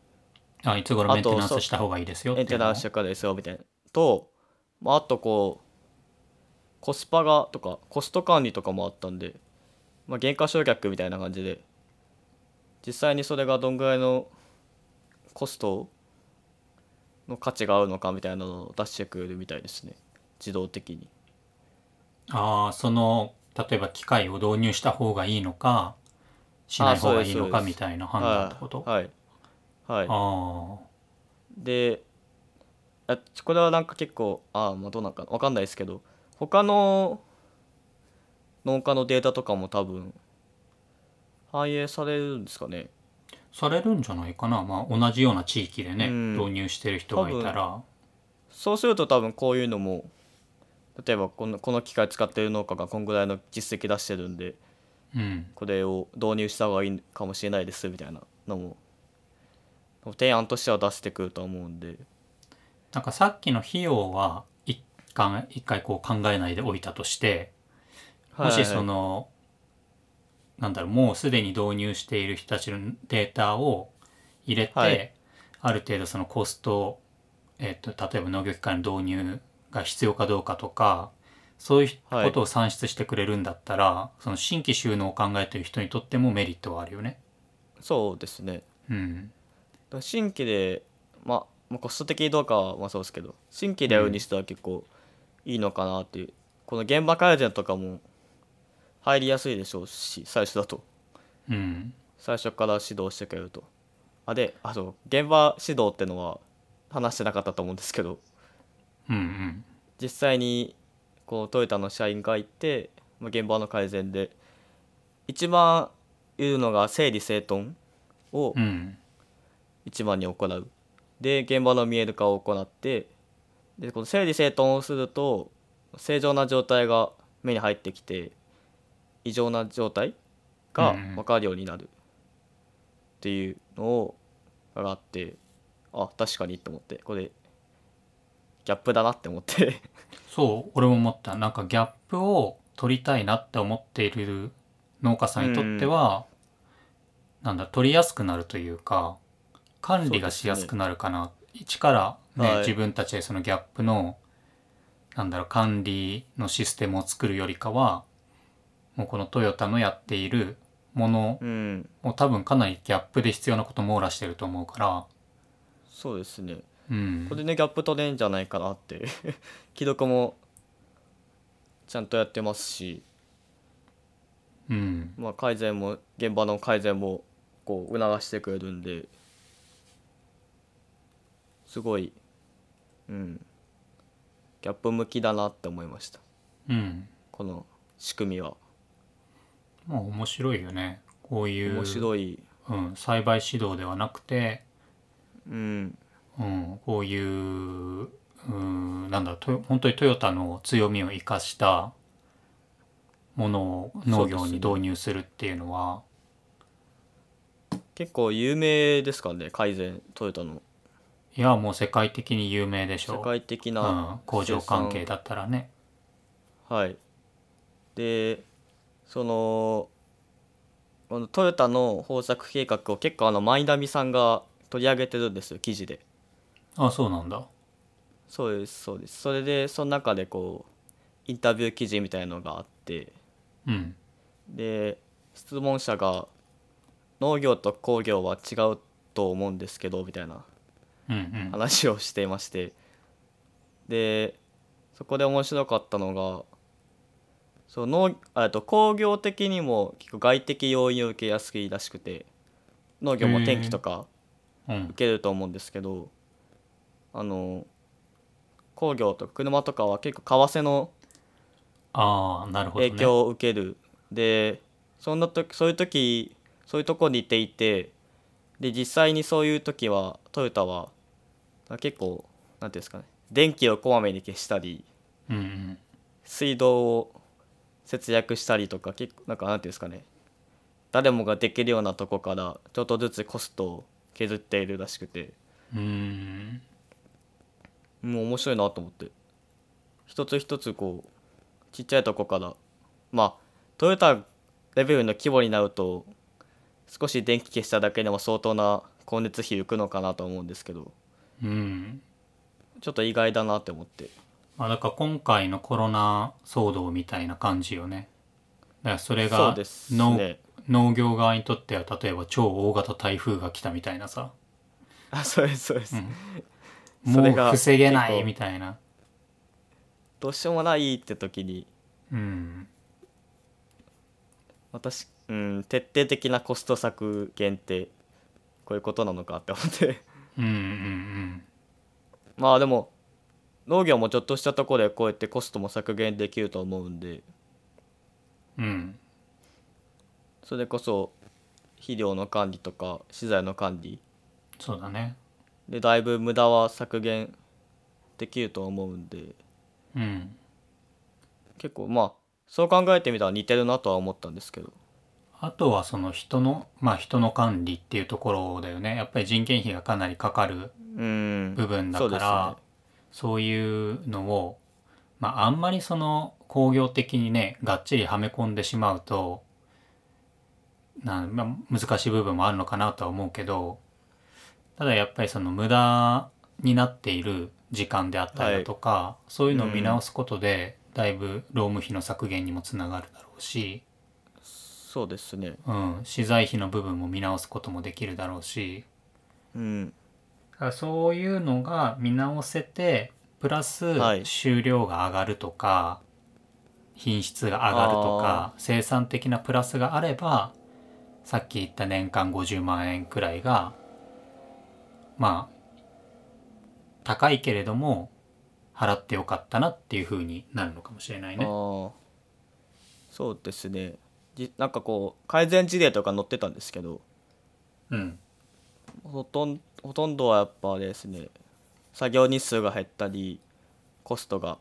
Speaker 1: あいつ頃メンテナン
Speaker 2: あとそ
Speaker 1: スした方がいいですよっ
Speaker 2: メン
Speaker 1: てい
Speaker 2: テ
Speaker 1: うの
Speaker 2: ナンスしてからですよみたいなと、まあ、あとこうコスパがとかコスト管理とかもあったんで、まあ、減価償却みたいな感じで実際にそれがどんぐらいのコストの価値が合うのかみたいなのを出してくれるみたいですね自動的に。
Speaker 1: ああその例えば機械を導入した方がいいのかしない方がいいの
Speaker 2: あ
Speaker 1: か
Speaker 2: そうですそうです
Speaker 1: みたいな判断ってことあ
Speaker 2: はい、はいはい、
Speaker 1: あ
Speaker 2: であこれはなんか結構あまあどうなんかわかんないですけど他の農家のデータとかも多分反映されるんですかね
Speaker 1: されるんじゃないかな、まあ、同じような地域でね、
Speaker 2: うん
Speaker 1: 導入してる人がいたら
Speaker 2: そうすると多分こういうのも例えばこのこの機械使ってる農家がこんぐらいの実績出してるんで
Speaker 1: うん
Speaker 2: これを導入した方がいいかもしれないですみたいなのも提案としては出してくるとは思うんで
Speaker 1: なんかさっきの費用は一回一回こう考えないでおいたとしてもしそのなんだろうもうすでに導入している人たちのデータを入れて、
Speaker 2: はい
Speaker 1: ある程度そのコスト、えっと例えば農業機械の導入が必要かどうかとかそういう
Speaker 2: はい
Speaker 1: ことを算出してくれるんだったら、その新規収納を考えている人にとってもメリットはあるよね。
Speaker 2: そうですね
Speaker 1: うん、
Speaker 2: だから新規で、まあ、まあコスト的にどうかはまあそうですけど新規でやるにしては結構いいのかなっていう、この現場改善とかも入りやすいでしょうし最初だと
Speaker 1: うん、
Speaker 2: 最初から指導してくれるとあであそう現場指導ってのは話してなかったと思うんですけど
Speaker 1: うん、うん、
Speaker 2: 実際にこうトヨタの社員がいて、まあ、現場の改善で一番言うのが整理整頓を
Speaker 1: うん、
Speaker 2: 一番に行うで現場の見える化を行ってでこの整理整頓をすると正常な状態が目に入ってきて異常な状態が
Speaker 1: うんうん
Speaker 2: 分かるようになるっていうのをがあってあ確かにと思ってこれギャップだなって思って
Speaker 1: そう俺も思ったなんかギャップを取りたいなって思っている農家さんにとっては、なんだ取りやすくなるというか管理がしやすくなるかな、一から、ね
Speaker 2: はい
Speaker 1: 自分たちでそのギャップのなんだろう管理のシステムを作るよりかはもうこのトヨタのやっているもの
Speaker 2: うん
Speaker 1: も多分かなりギャップで必要なこと網羅してると思うから、
Speaker 2: そうですね
Speaker 1: うん
Speaker 2: これでギャップ取れんじゃないかなって (laughs) 既読もちゃんとやってますし、
Speaker 1: うん、
Speaker 2: まあ、改善も現場の改善もこう促してくれるんですごい、うん、ギャップ向きだなって思いました
Speaker 1: うん、
Speaker 2: この仕組みは
Speaker 1: まあ面白いよねこういう
Speaker 2: 面白い、
Speaker 1: うん、栽培指導ではなくて、
Speaker 2: うん、
Speaker 1: うん、こういう、うん、なんだろうと本当にトヨタの強みを生かしたものを農業に導入するっていうのは
Speaker 2: 結構有名ですかね改善トヨタの
Speaker 1: いやもう世界的に有名でしょう
Speaker 2: 世界的
Speaker 1: うん
Speaker 2: な、
Speaker 1: 工場関係
Speaker 2: 生産
Speaker 1: だったらね
Speaker 2: はい。で、その、このトヨタの豊作計画を結構あの、マイナビさんが取り上げてるんですよ、記事で。
Speaker 1: あそうなんだ
Speaker 2: そうです、そうです。それで、その中でこう、インタビュー記事みたいのがあって、
Speaker 1: うん
Speaker 2: で、質問者が、農業と工業は違うと思うんですけど、みたいな
Speaker 1: うんうん
Speaker 2: 話をしていましてでそこで面白かったのがそう農あえっと工業的にも結構外的要因を受けやすいらしくて農業も天気とか
Speaker 1: うん
Speaker 2: 受けると思うんですけど、あの工業とか車とかは結構為替の
Speaker 1: ああなるほどね
Speaker 2: 影響を受ける、でそんな時そういう時そういうとこにいていてで実際にそういう時はトヨタは結構なんていうんですかね電気をこまめに消したり
Speaker 1: うんうん
Speaker 2: 水道を節約したりとか結構なんかなんていうんですかね誰もができるようなとこからちょっとずつコストを削っているらしくて
Speaker 1: うーん
Speaker 2: もう面白いなと思って一つ一つこうちっちゃいとこからまあトヨタレベルの規模になると少し電気消しただけでも相当な光熱費浮くのかなと思うんですけど
Speaker 1: うん
Speaker 2: ちょっと意外だなって思って
Speaker 1: まあだから今回のコロナ騒動みたいな感じよねだからそれ
Speaker 2: そう
Speaker 1: が
Speaker 2: です
Speaker 1: 農,、
Speaker 2: ね
Speaker 1: 農業側にとっては例えば超大型台風が来たみたいなさ、
Speaker 2: あそうですそうです、
Speaker 1: うん
Speaker 2: そ
Speaker 1: もう
Speaker 2: れが
Speaker 1: 防げな
Speaker 2: 結
Speaker 1: い
Speaker 2: 構
Speaker 1: みたいな
Speaker 2: どうしようもないって時に
Speaker 1: うん
Speaker 2: 私うん徹底的なコスト削減ってこういうことなのかって思って (laughs)
Speaker 1: うんうん
Speaker 2: まあでも農業もちょっとしたところでこうやってコストも削減できると思うんで
Speaker 1: うんうん
Speaker 2: それこそ肥料の管理とか資材の管理
Speaker 1: そうだね
Speaker 2: でだいぶ無駄は削減できると思うんで
Speaker 1: うん
Speaker 2: 結構まあそう考えてみたら似てるなとは思ったんですけど
Speaker 1: あとはその人のまあ人の管理っていうところだよねやっぱり人件費がかなりかかる
Speaker 2: うん
Speaker 1: 部分だから、
Speaker 2: そうですよね
Speaker 1: そういうのを、まあ、あんまりその工業的にねがっちりはめ込んでしまうとなん、まあ、難しい部分もあるのかなとは思うけどただやっぱりその無駄になっている時間であったりだとか、そういうのを見直すことで、だいぶ労務費の削減にもつながるだろうし、
Speaker 2: そうですね
Speaker 1: うん、資材費の部分も見直すこともできるだろうし。
Speaker 2: うん
Speaker 1: だからそういうのが見直せてプラス
Speaker 2: はい
Speaker 1: 収量が上がるとか、品質が上がるとか生産的なプラスがあればさっき言った年間50万円くらいがまあ高いけれども払ってよかったなっていうふうになるのかもしれない
Speaker 2: あ
Speaker 1: ね。
Speaker 2: ーそうですねじなんかこう改善事例とか載ってたんですけど
Speaker 1: うん、
Speaker 2: ほとんほとんどはやっぱあれですね作業日数が減ったりコストが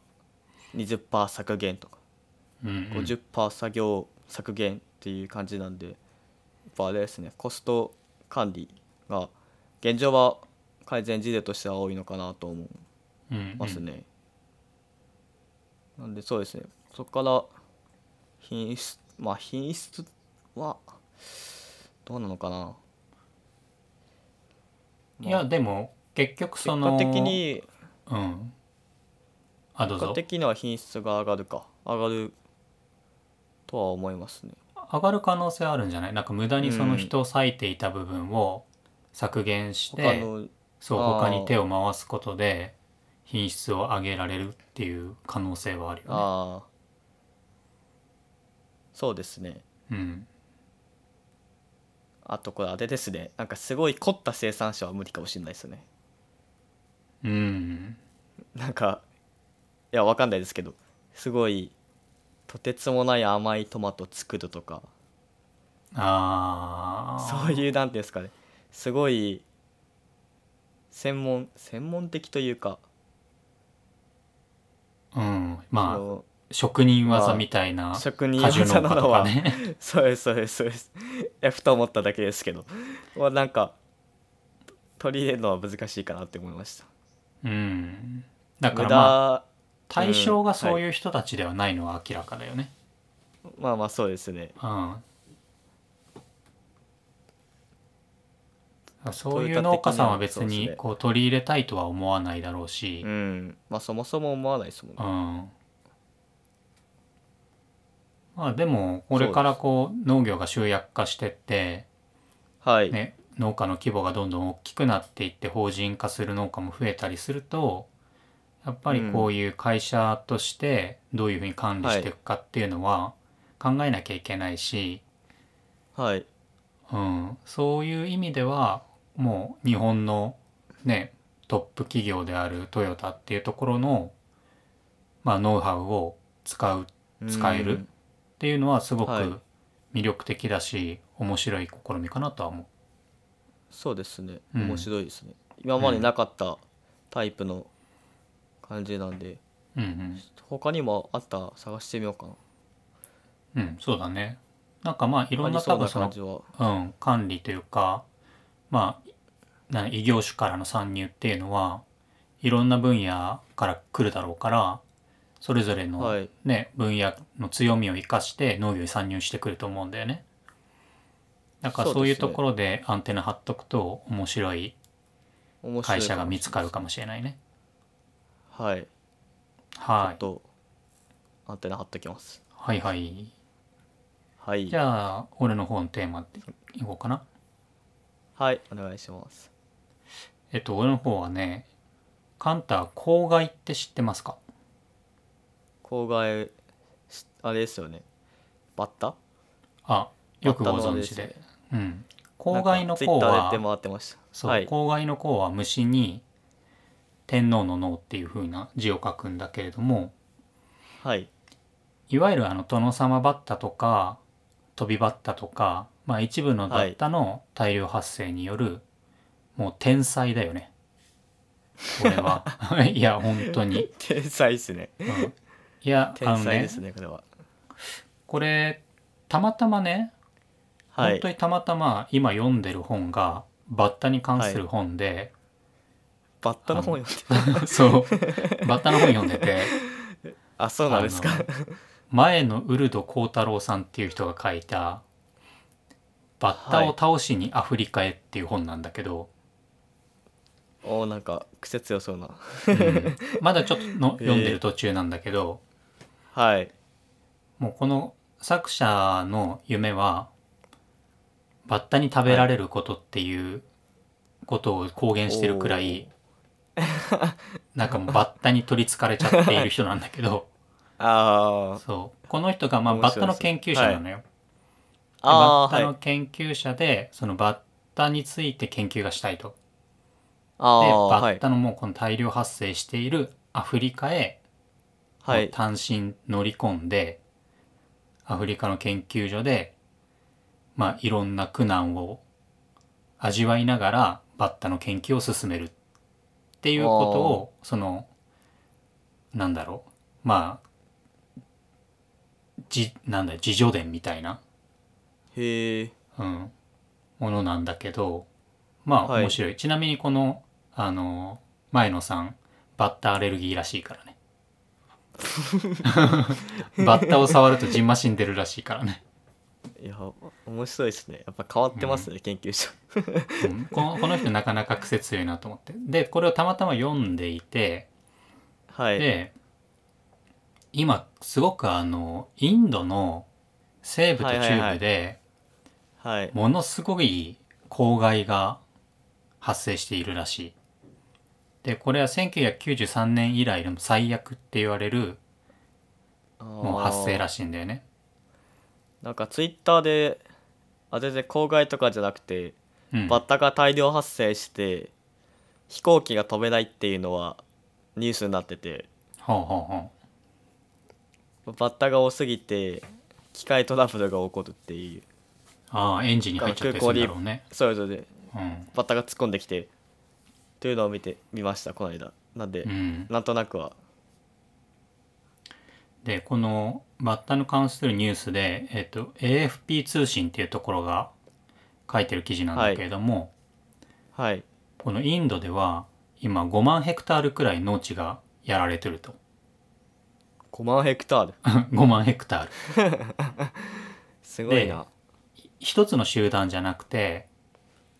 Speaker 2: 20%削減とか
Speaker 1: うんうん
Speaker 2: 50%作業削減っていう感じなんでやっぱあれですねコスト管理が現状は改善事例としては多いのかなと思い
Speaker 1: うんうん
Speaker 2: ますね。なんでそうですねそこから品質まあ品質はどうなのかな。
Speaker 1: いやでも結局そ
Speaker 2: 結
Speaker 1: の
Speaker 2: 果的に
Speaker 1: うん、あどう
Speaker 2: 結果
Speaker 1: ぞ
Speaker 2: 的には品質が上がるか上がるとは思いますね。
Speaker 1: 上がる可能性あるんじゃないなんか無駄にその人を割いていた部分を削減して、
Speaker 2: 他の
Speaker 1: そう
Speaker 2: あー
Speaker 1: 他に手を回すことで品質を上げられるっていう可能性はあるよね。
Speaker 2: ああそうですね
Speaker 1: うん、
Speaker 2: あとこれあれですねなんかすごい凝った生産者は無理かもしれないですね
Speaker 1: うん、
Speaker 2: なんかいやわかんないですけどすごいとてつもない甘いトマト作るとか
Speaker 1: ああ
Speaker 2: そういうなんていうんですかねすごい専門専門的というか
Speaker 1: うん、まあ
Speaker 2: こ
Speaker 1: 職人技みたいな
Speaker 2: う
Speaker 1: 果
Speaker 2: 職人
Speaker 1: 樹農
Speaker 2: 技な
Speaker 1: 家と
Speaker 2: の
Speaker 1: か
Speaker 2: は
Speaker 1: ね。
Speaker 2: (laughs) そうですそうですそうですいやふと思っただけですけどまあなんか取り入れるのは難しいかなって思いました
Speaker 1: うん、だか
Speaker 2: 無
Speaker 1: ら
Speaker 2: 駄、
Speaker 1: まあ
Speaker 2: ま
Speaker 1: 対象がそういう人たちではないのは明らかだよね。
Speaker 2: あまあそうですね
Speaker 1: うん、そういう農家さんは別にこう取り入れたいとは思わないだろうし
Speaker 2: う、んまあそもそも思わないですもん
Speaker 1: う
Speaker 2: ね
Speaker 1: ん、まあでもこれからこう農業が集約化してって、
Speaker 2: はい、
Speaker 1: ね、農家の規模がどんどん大きくなっていって法人化する農家も増えたりするとやっぱりこういう会社としてどういうふうに管理していくかっていうのは考えなきゃいけないし、
Speaker 2: はい
Speaker 1: うん、そういう意味ではもう日本のねトップ企業であるトヨタっていうところの、まあ、ノウハウを使うっ使える
Speaker 2: うん
Speaker 1: ていうのはすごく
Speaker 2: はい
Speaker 1: 魅力的だし、面白い試みかなとは思う。
Speaker 2: そうですね
Speaker 1: うん
Speaker 2: 面白いですね、今までなかったタイプの感じなんで
Speaker 1: うん
Speaker 2: 他にもあったら探してみようかな
Speaker 1: うんうん、そうだねなんかまあいろんな
Speaker 2: ありそ
Speaker 1: 多
Speaker 2: うな
Speaker 1: 分そ
Speaker 2: 感
Speaker 1: の
Speaker 2: じは
Speaker 1: うん、管理というかまあな異業種からの参入っていうのはいろんな分野から来るだろうからそれぞれの、
Speaker 2: はい
Speaker 1: ね、分野の強みを生かして農業に参入してくると思うんだよね。だから
Speaker 2: そ
Speaker 1: そううい
Speaker 2: で
Speaker 1: う
Speaker 2: すね
Speaker 1: ところでアンテナ張っとくと面白い
Speaker 2: 面白い
Speaker 1: 会社が見つかるかもしれないね。
Speaker 2: はい
Speaker 1: は
Speaker 2: ちょっとアンテナ張っときます
Speaker 1: い、はいはい。
Speaker 2: はい
Speaker 1: じゃあ俺の方のテーマっていこうかな。
Speaker 2: はいお願いします
Speaker 1: えっと俺の方はねカンタ公害って知ってますか
Speaker 2: 郊外しあれですよねバッタ
Speaker 1: あよくご
Speaker 2: バッタのあれ
Speaker 1: 存
Speaker 2: で
Speaker 1: 知
Speaker 2: す
Speaker 1: で
Speaker 2: ね。
Speaker 1: うん、公害の
Speaker 2: ツイッ
Speaker 1: 公
Speaker 2: ターで
Speaker 1: は
Speaker 2: 出回ってました
Speaker 1: そう、
Speaker 2: はい
Speaker 1: 公害の公は虫に天皇の脳っていう風な字を書くんだけれども
Speaker 2: はい
Speaker 1: いわゆるあの殿様バッタとか飛びバッタとか、まあ、一部のバッタの大量発生による、もう天才だよねこれ
Speaker 2: (laughs)
Speaker 1: はいや本当に、
Speaker 2: 天才ですね
Speaker 1: うんいやあ
Speaker 2: 天
Speaker 1: の
Speaker 2: 才
Speaker 1: ね
Speaker 2: ですねこれは
Speaker 1: これたまたまね
Speaker 2: は
Speaker 1: 本
Speaker 2: い
Speaker 1: 当にたまたま今読んでる本がバッタに関する本で、
Speaker 2: バッタの本読ん
Speaker 1: (laughs)
Speaker 2: で
Speaker 1: そう。バッタの本読んでて、
Speaker 2: (laughs) あそうなんですか
Speaker 1: あ前のウルド幸太郎さんっていう人が書いた、バッタを倒しにアフリカへっていう本なんだけ
Speaker 2: (laughs)
Speaker 1: ど、
Speaker 2: おーなんか癖強そうな
Speaker 1: うんまだちょっとの
Speaker 2: えー
Speaker 1: 読んでる途中なんだけど、
Speaker 2: はい
Speaker 1: もうこの作者の夢は、バッタに食べられることっていうことを公言してるくらい、なんかもうバッタに取りつかれちゃっている人なんだけど、
Speaker 2: (laughs) あー
Speaker 1: そう。この人が、まあ、
Speaker 2: 面白
Speaker 1: バ
Speaker 2: い
Speaker 1: ッタ
Speaker 2: ですね
Speaker 1: の研究者なのよ。
Speaker 2: あ
Speaker 1: バッ
Speaker 2: ー
Speaker 1: タの
Speaker 2: はい
Speaker 1: 研究者で、そのバッタについて研究がしたいと。で
Speaker 2: あー
Speaker 1: バ
Speaker 2: は
Speaker 1: ッ
Speaker 2: い
Speaker 1: タのもうこの大量発生しているアフリカへ、
Speaker 2: は
Speaker 1: もう
Speaker 2: い
Speaker 1: 単身乗り込んでアフリカの研究所で、まあ、いろんな苦難を味わいながらバッタの研究を進めるっていうことをそのなんだろうまあじなんだ自叙伝みたいな
Speaker 2: へえ
Speaker 1: うん、ものなんだけどまあ
Speaker 2: はい
Speaker 1: 面白い、ちなみにこのあの前野さんバッタアレルギーらしい
Speaker 2: (laughs)
Speaker 1: からねバッタを触るとじんましんでるらしいからね、
Speaker 2: いや面白いですねやっぱ変わってますね、研究者
Speaker 1: うんこのこの人なかなか癖強いなと思ってでこれをたまたま読んでいて
Speaker 2: はい
Speaker 1: で今すごくあのインドの西部と中
Speaker 2: はいはいは
Speaker 1: 部
Speaker 2: い
Speaker 1: で
Speaker 2: はい
Speaker 1: ものすごい公害が発生しているらしい。でこれは1993年以来の最悪って言われるも
Speaker 2: も
Speaker 1: う発生ら
Speaker 2: しい
Speaker 1: しいんだよね。
Speaker 2: なんかツイッターであ全然公害とかじゃなくて
Speaker 1: うん、
Speaker 2: バッタが大量発生して飛行機が飛べないっていうのはニュースになってて
Speaker 1: ほうほうほう
Speaker 2: バッタが多すぎて機械トラブルが起こるっていう
Speaker 1: ああエンジンに入っちゃったりするんだろうね。
Speaker 2: それぞれ
Speaker 1: うん
Speaker 2: バッタが突っ込んできてというのを見て見ましたこの間なんで、
Speaker 1: うん、
Speaker 2: なんとなくは
Speaker 1: でこのバッタに関するニュースで、えっと AFP 通信っていうところが書いてる記事なんだけれども、
Speaker 2: はい
Speaker 1: このインドでは今5万ヘクタールくらい農地がやられてると (laughs)
Speaker 2: 5万ヘクタール
Speaker 1: 5万ヘクタール
Speaker 2: すごいな
Speaker 1: 一つの集団じゃなくて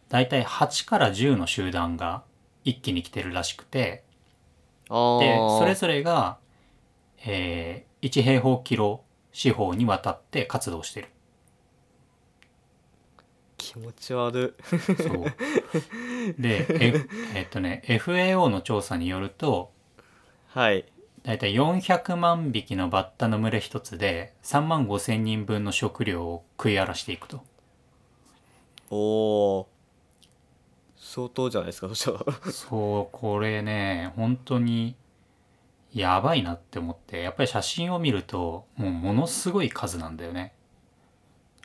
Speaker 1: だいたい8から10の集団が一気に来てるらしくて
Speaker 2: あー
Speaker 1: でそれぞれが、えー1平方キロ四方にわたって活動してる
Speaker 2: 気持ち悪い (laughs)
Speaker 1: そうで、F- えっとね FAO の調査によると
Speaker 2: はい
Speaker 1: だいたい400万匹のバッタの群れ一つで3万5千人分の食料を食い荒らしていくと
Speaker 2: おお相当じゃないですかそし
Speaker 1: (laughs)
Speaker 2: たら
Speaker 1: そうこれね本当にやばいなって思ってやっぱり写真を見るともうものすごい数なんだよね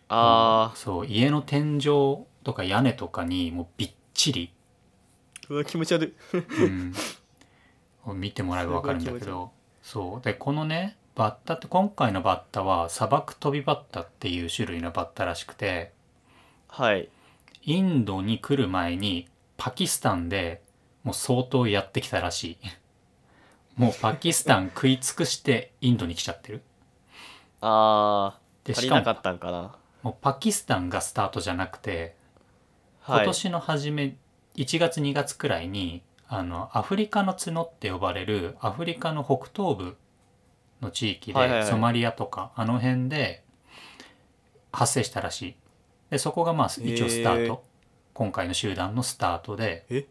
Speaker 2: あ
Speaker 1: そう家の天井とか屋根とかにもうびっちり、
Speaker 2: ーうわ気持ち悪い
Speaker 1: うん、見 (laughs) てもらえば分かるんだけどそうでこのねバッタって今回のバッタは砂漠飛びバッタっていう種類のバッタらしくて
Speaker 2: はい
Speaker 1: インドに来る前にパキスタンでもう相当やってきたら
Speaker 2: (laughs)
Speaker 1: しいもうパキスタン食い尽くしてインドに来ちゃってる
Speaker 2: あー
Speaker 1: で
Speaker 2: 足
Speaker 1: し
Speaker 2: り
Speaker 1: か
Speaker 2: なか
Speaker 1: も
Speaker 2: ったんかな
Speaker 1: もうパキスタンがスタートじゃなくて
Speaker 2: は
Speaker 1: 今
Speaker 2: い
Speaker 1: 年の初め1月2月くらいにあのアフリカの角って呼ばれるアフリカの北東部の地域で、
Speaker 2: はいはいはい
Speaker 1: ソマリアとかあの辺で発生したらしいでそこがまあ一応スタート、
Speaker 2: へー
Speaker 1: 今回の集団のスタートで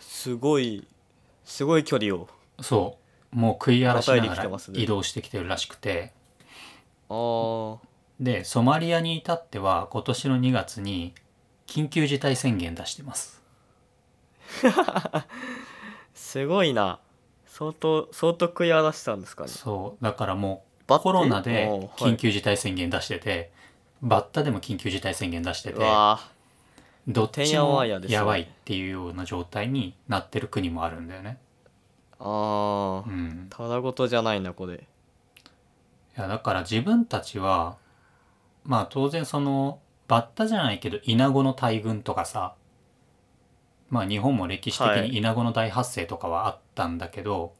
Speaker 1: す
Speaker 2: ごいすごい距離を
Speaker 1: そうもう食い荒らしな
Speaker 2: またいで
Speaker 1: が
Speaker 2: きて
Speaker 1: ら
Speaker 2: ますね
Speaker 1: 移動してきてるらしくて
Speaker 2: あ
Speaker 1: でソマリアに至っては今年の2月に緊急事態宣言出してます
Speaker 2: あすごいな相当相当食い荒らしたんですかね
Speaker 1: そうだからも
Speaker 2: バ
Speaker 1: うコロナで緊
Speaker 2: 急
Speaker 1: 急事態宣言出しててバッタでも緊急事態宣言出してて
Speaker 2: うわー
Speaker 1: どって
Speaker 2: ん
Speaker 1: ち
Speaker 2: や
Speaker 1: も
Speaker 2: わんやですね
Speaker 1: やばいっていうような状態になってる国もあるんだよね。
Speaker 2: あ
Speaker 1: う
Speaker 2: あ
Speaker 1: ん、
Speaker 2: ただごとじゃないなこれ
Speaker 1: いやだから自分たちはまあ当然そのバッタじゃないけどイナゴの大群とかさまあ日本も歴史
Speaker 2: は
Speaker 1: 的
Speaker 2: い
Speaker 1: にイナゴの大発生とかはあったんだけど、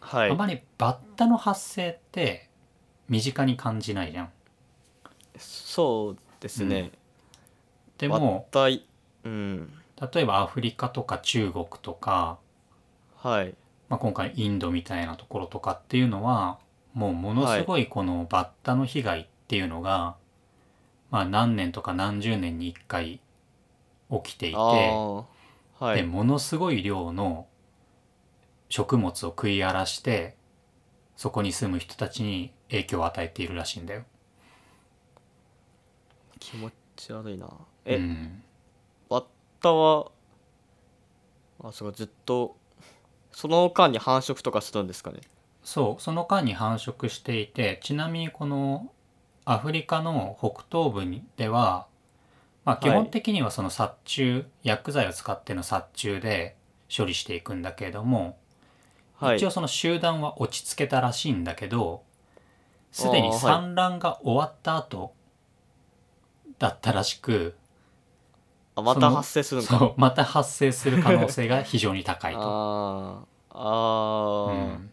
Speaker 2: はい
Speaker 1: あまりバッタの発生って身近に感じないじゃん。
Speaker 2: そうですね、
Speaker 1: で
Speaker 2: バ
Speaker 1: も
Speaker 2: ッタイうん
Speaker 1: 例えばアフリカとか中国とか、
Speaker 2: はい
Speaker 1: まあ、今回インドみたいなところとかっていうのはもうものすごいこのバッタの被害っていうのが、まあ何年とか何十年に1回起きていて、
Speaker 2: ああは
Speaker 1: で
Speaker 2: い
Speaker 1: ものすごい量の食物を食い荒らしてそこに住む人たちに影響を与えているらしいんだよ。
Speaker 2: 気持ち悪いなえ、
Speaker 1: うん、
Speaker 2: バッタはあそうかずっとその間に繁殖とかするんですかね
Speaker 1: そうその間に繁殖していてちなみにこのアフリカの北東部にでは、まあ、基
Speaker 2: い
Speaker 1: 本的にはその殺虫、薬剤を使っての殺虫で処理していくんだけれども、
Speaker 2: はい
Speaker 1: 一応その集団は落ち着けたらしいんだけどすで
Speaker 2: あー
Speaker 1: に
Speaker 2: はい
Speaker 1: 産卵が終わった後だったらしく、
Speaker 2: あま
Speaker 1: そ
Speaker 2: た
Speaker 1: の
Speaker 2: 発生するんか
Speaker 1: そうまた発生する可能性が非常に高いと。
Speaker 2: あーあ
Speaker 1: う
Speaker 2: ー、
Speaker 1: ん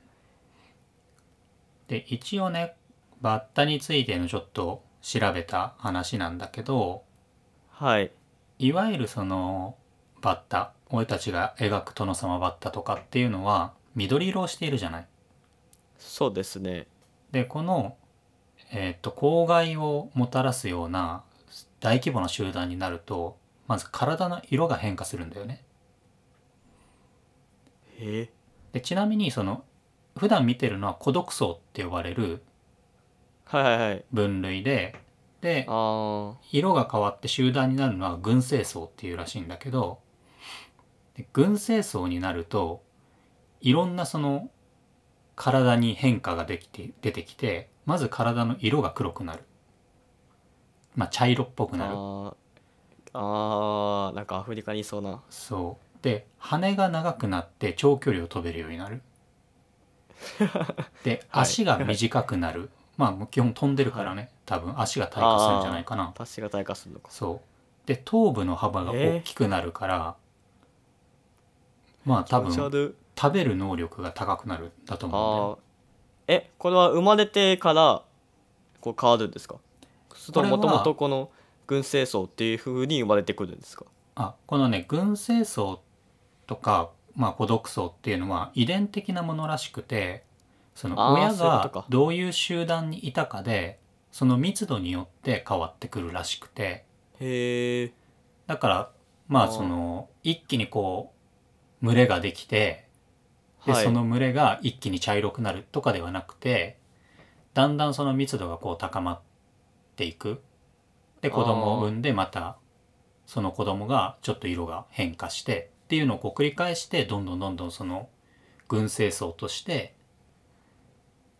Speaker 1: で一応ねバッタについてのちょっと調べた話なんだけど
Speaker 2: はい
Speaker 1: いわゆるそのバッタ俺たちが描く殿様バッタとかっていうのは緑色をしているじゃない。
Speaker 2: そうですね
Speaker 1: でこの、えっと公害をもたらすような大規模な集団になるとまず体の色が変化するんだよね。
Speaker 2: え
Speaker 1: でちなみにその普段見てるのは孤独層って呼ばれる
Speaker 2: はいはいはい
Speaker 1: 分類でで
Speaker 2: あー
Speaker 1: 色が変わって集団になるのは群生層っていうらしいんだけどで群生層になるといろんなその体に変化ができて出てきてまず体の色が黒くなる、まあ、茶色っぽくなる
Speaker 2: あーあーなんかアフリカにいそうな
Speaker 1: そうで羽が長くなって長距離を飛べるようになるで
Speaker 2: (laughs) はい
Speaker 1: 足が短くなる、まあもう基本飛んでるからね、多分足が退化するんじゃないかな
Speaker 2: 達が退化するのか
Speaker 1: そうで頭部の幅が大きくなるから、まあ多
Speaker 2: 気持ち
Speaker 1: 分
Speaker 2: 悪い
Speaker 1: 食べる能力が高くなるんだと思うんだよ
Speaker 2: ああえこれは生まれてからこう変わるんですかそれ
Speaker 1: こ
Speaker 2: とも
Speaker 1: れ
Speaker 2: と
Speaker 1: は
Speaker 2: もとこの軍政層っていうふうに生まれてくるんですか
Speaker 1: あこのね群生層とか、まあ、孤独層っていうのは遺伝的なものらしくてその
Speaker 2: あー
Speaker 1: 親
Speaker 2: そういうこと
Speaker 1: が
Speaker 2: か
Speaker 1: どういう集団にいたかでその密度によって変わってくるらしくて
Speaker 2: へえ
Speaker 1: だからま
Speaker 2: あ
Speaker 1: あ
Speaker 2: ー
Speaker 1: その一気にこう群れができてで、
Speaker 2: はい
Speaker 1: その群れが一気に茶色くなるとかではなくてだんだんその密度がこう高まっていくで子供を産んでまたその子供がちょっと色が変化してっていうのをこう繰り返してどんどんどんどんその群生層として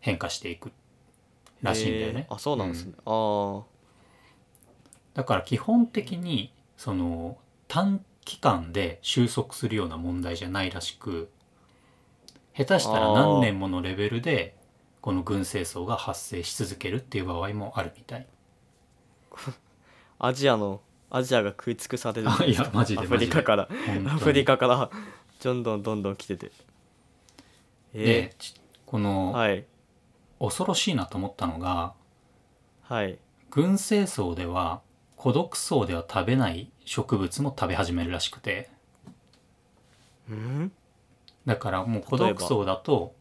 Speaker 1: 変化していくらしいんだよね
Speaker 2: へ。ーあそうなんですね、ああ
Speaker 1: だから基本的にその短期間で収束するような問題じゃないらしく下手したら何年ものレベルでこの軍政争が発生し続けるっていう場合もあるみたい。
Speaker 2: アジアのアジアが食い尽くされる
Speaker 1: あいやマジで
Speaker 2: アフリカから
Speaker 1: 本当に
Speaker 2: アフリカからどんどんどんどん来ててえ
Speaker 1: でちこ
Speaker 2: ー、
Speaker 1: の
Speaker 2: はい
Speaker 1: 恐ろしいなと思ったのが
Speaker 2: はい
Speaker 1: 軍政争では孤独層では食べない植物も食べ始めるらしくて
Speaker 2: うん
Speaker 1: だからもう孤
Speaker 2: 例え
Speaker 1: 独
Speaker 2: ば
Speaker 1: 層だと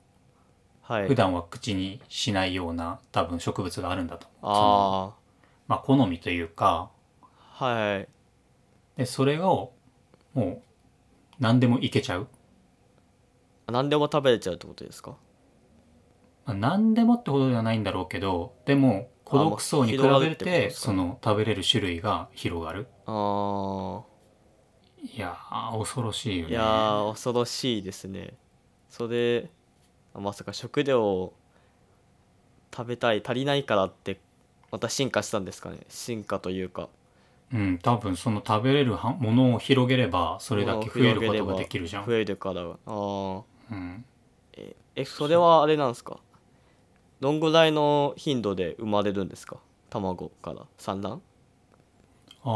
Speaker 2: はい
Speaker 1: 普段は口にしないような多分植物があるんだと思うその
Speaker 2: あ
Speaker 1: まあ、好みというか
Speaker 2: あはい
Speaker 1: でそれをもう何でもいけちゃう、
Speaker 2: 何でも食べれちゃうってことですか
Speaker 1: まあ、何でもってほどではないんだろうけどでも孤独層に比
Speaker 2: あまあ
Speaker 1: べ
Speaker 2: 広がるってことで
Speaker 1: て
Speaker 2: すか
Speaker 1: その食べれる種類が広がる
Speaker 2: ああ
Speaker 1: いやー恐ろしいよ
Speaker 2: い
Speaker 1: ね
Speaker 2: やー恐ろしいですねそれあまさか食料を食べたい足りないからってまた進化したんですかね進化というか
Speaker 1: うん多分その食べれるはものを広げればそれだけ増えることができるじゃ
Speaker 2: 増
Speaker 1: ん、
Speaker 2: えるからああ
Speaker 1: うん、
Speaker 2: えそれはあれなんですかどんぐらいの頻度で生まれるんですか卵から産卵
Speaker 1: あ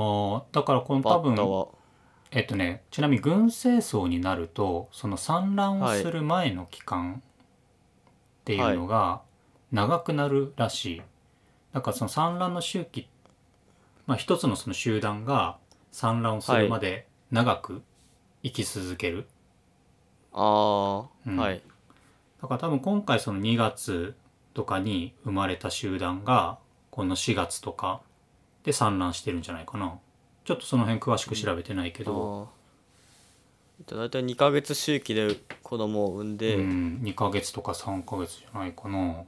Speaker 1: ーだからこの
Speaker 2: バ
Speaker 1: 多
Speaker 2: ッタ
Speaker 1: 分
Speaker 2: は
Speaker 1: えっとねちなみに群生層になるとその産卵をする前の期間っていうのが長くなるらしいだからその産卵の周期、まあ、一つのその集団が産卵をするまで長く生き続ける、
Speaker 2: ああ、
Speaker 1: うん
Speaker 2: はい
Speaker 1: だから多分今回その2月とかに生まれた集団がこの4月とかで産卵してるんじゃないかなちょっとその辺詳しく調べてないけど、
Speaker 2: ああだいたい2ヶ月周期で子供を産んで、
Speaker 1: う
Speaker 2: っ
Speaker 1: ん、2ヶ月とか3ヶ月じゃないかな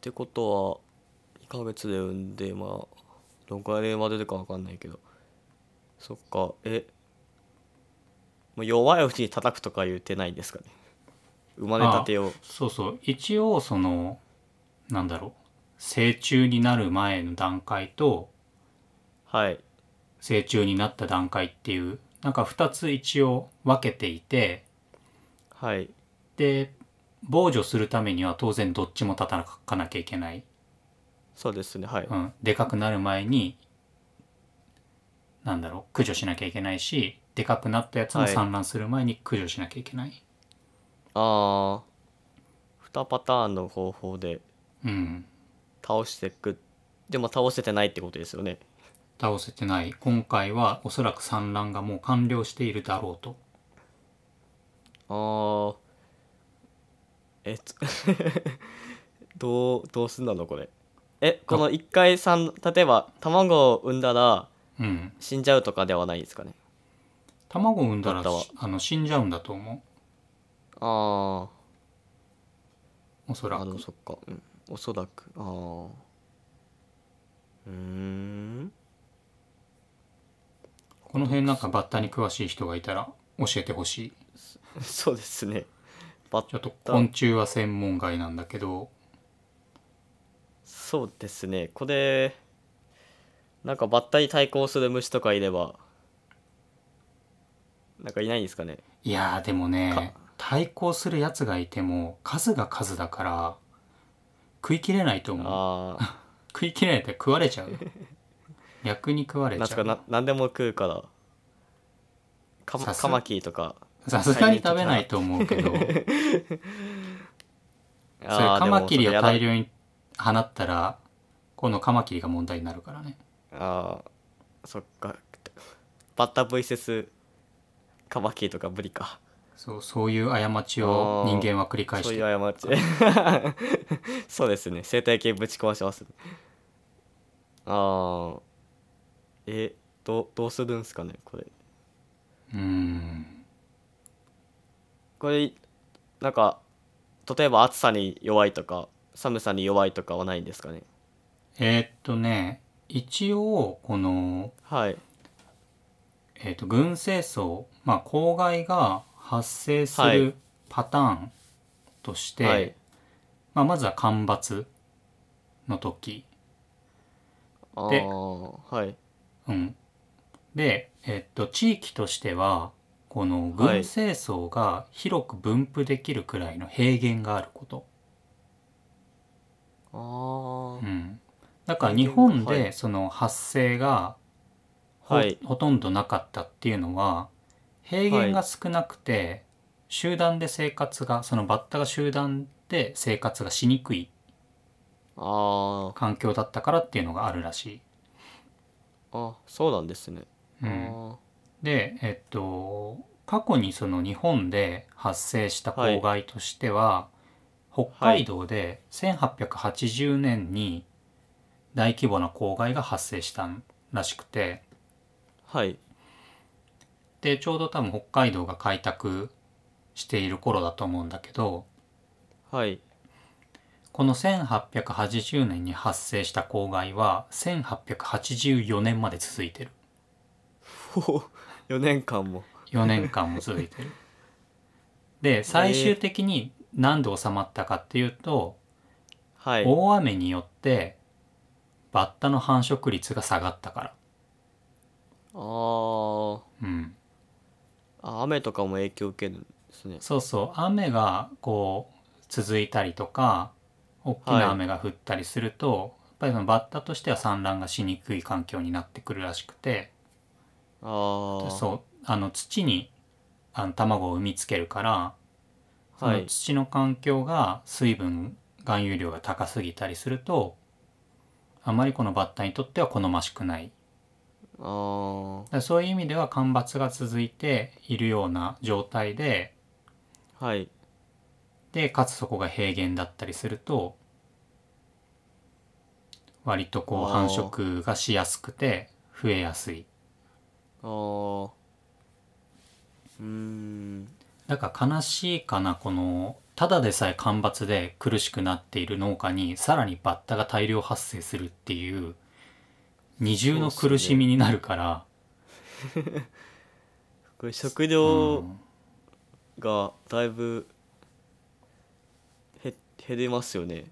Speaker 2: てことは2ヶ月で産んでまあどんくらいで生まれるかわかんないけどそっかえもう弱いうちに叩くとか言ってないんですかね生まれたてを
Speaker 1: そうそう一応そのなんだろう成虫になる前の段階と
Speaker 2: はい
Speaker 1: 成虫になった段階っていうなんか2つ一応分けていて
Speaker 2: はい
Speaker 1: で防除するためには当然どっちも叩かなきゃいけない、
Speaker 2: そうですねはい、
Speaker 1: うん、でかくなる前になんだろう駆除しなきゃいけないしでかくなったやつも
Speaker 2: はい
Speaker 1: 産卵する前に駆除しなきゃいけない、
Speaker 2: ああ2パターンの方法で
Speaker 1: うん
Speaker 2: 倒していくでも倒せてないってことですよね
Speaker 1: 倒せてない今回はおそらく産卵がもう完了しているだろうと
Speaker 2: ああえっと (laughs) どうどうすんだのこれえこの一回さん例えば卵を産んだら
Speaker 1: うん。
Speaker 2: 死んじゃうとかではないですかね
Speaker 1: 卵を産んだら
Speaker 2: だったわ
Speaker 1: しあの死んじゃうんだと思
Speaker 2: あ
Speaker 1: う。おそ
Speaker 2: ー
Speaker 1: ら
Speaker 2: あで
Speaker 1: く
Speaker 2: も。そっか、うん、おそらくああうーん
Speaker 1: この辺なんかバッタに詳しい人がいたら教えてほしい。
Speaker 2: (laughs) そうですねバ
Speaker 1: ちょっと
Speaker 2: ッタ
Speaker 1: 昆虫は専門外なんだけど、
Speaker 2: そうですねこれなんかバッタに対抗する虫とかいればなんかいないんですかね
Speaker 1: いやーでもね
Speaker 2: か、
Speaker 1: 対抗するやつがいても数が数だから食い切れないと思う。
Speaker 2: ああ
Speaker 1: 食い切れないって食われ
Speaker 2: (laughs)
Speaker 1: ちゃう。逆に食われ
Speaker 2: なん
Speaker 1: ち
Speaker 2: す
Speaker 1: ゃ
Speaker 2: か
Speaker 1: う。
Speaker 2: な何でも食うからカマ
Speaker 1: さす
Speaker 2: カマキリとか
Speaker 1: さすがに食べないと思うけど、それ
Speaker 2: あー
Speaker 1: カマキリ
Speaker 2: で
Speaker 1: を
Speaker 2: もそれ
Speaker 1: 大
Speaker 2: や
Speaker 1: 量に放ったら、このカマキリが問題になるからね。
Speaker 2: だあーそっかバッタ VS カマキリとか無理か
Speaker 1: そう、そういう過ちを人間は繰り返
Speaker 2: そ
Speaker 1: して
Speaker 2: うい
Speaker 1: る
Speaker 2: う過ちそうですね生態系ぶち壊しますああえどどうするんすかねこれ
Speaker 1: うーん
Speaker 2: これなんか例えば暑さに弱いとか寒さに弱いとかはないんですかね
Speaker 1: えーっとね一応この、
Speaker 2: はい
Speaker 1: えーっと群生層まあ公害が発生す
Speaker 2: はい
Speaker 1: るパターンとして、
Speaker 2: はい
Speaker 1: まあ、まずは干ばつの時、
Speaker 2: ああはい
Speaker 1: うん、で、えーっと地域としてはこの
Speaker 2: はい
Speaker 1: 群生層が広く分布できるくらいの平原があること、
Speaker 2: ああ
Speaker 1: うん、だから日
Speaker 2: 平原
Speaker 1: 本
Speaker 2: かは
Speaker 1: でその発生がほ,、
Speaker 2: はい
Speaker 1: ほとんどなかったっていうのは平原が少なくて、集団で生活がそのバッタが集団で生活がしにくい
Speaker 2: あー
Speaker 1: 環境だったからっていうのがあるらし
Speaker 2: あそうなんですね、
Speaker 1: い。う
Speaker 2: あ
Speaker 1: ん、でえっと過去にその日本で発生した公害としては、北海道で1880年に大規模な公害が発生したらしくて。
Speaker 2: ーはい
Speaker 1: でちょうど多分北海道が開拓している頃だと思うんだけど
Speaker 2: はい (laughs)
Speaker 1: この1880年に発生した公害は1884年まで続いてる
Speaker 2: 4年間も
Speaker 1: 4年間も続いてるで最終的に何で収まったかっていうと、
Speaker 2: はい
Speaker 1: 大雨によってバッタの繁殖率が下がったから
Speaker 2: あー
Speaker 1: うん
Speaker 2: あ雨とかも影響受けるんですね
Speaker 1: そうそう雨がこう続いたりとか大きな雨が降ったりすると、やっぱりそのバッタとしては産卵がしにくい環境になってくるらしくて
Speaker 2: ああ
Speaker 1: そうあの土にあの卵を産みつけるからそ
Speaker 2: は
Speaker 1: の
Speaker 2: い
Speaker 1: 土の環境が水分含有量が高すぎたりするとあまりこのバッタにとっては好ましくない
Speaker 2: ああ
Speaker 1: だからそういう意味では干ばつが続いているような状態で
Speaker 2: はい
Speaker 1: でかつそこが平原だったりすると割とこう
Speaker 2: あ
Speaker 1: 繁
Speaker 2: ー
Speaker 1: 殖がしやすくて増えやすい
Speaker 2: あーうーん
Speaker 1: だから悲しいかなこのただでさえ干ばつで苦しくなっている農家にさらにバッタが大量発生するっていう二重の苦しみになるから
Speaker 2: これ食
Speaker 1: う
Speaker 2: 料
Speaker 1: ん
Speaker 2: がだいぶへ減りますよね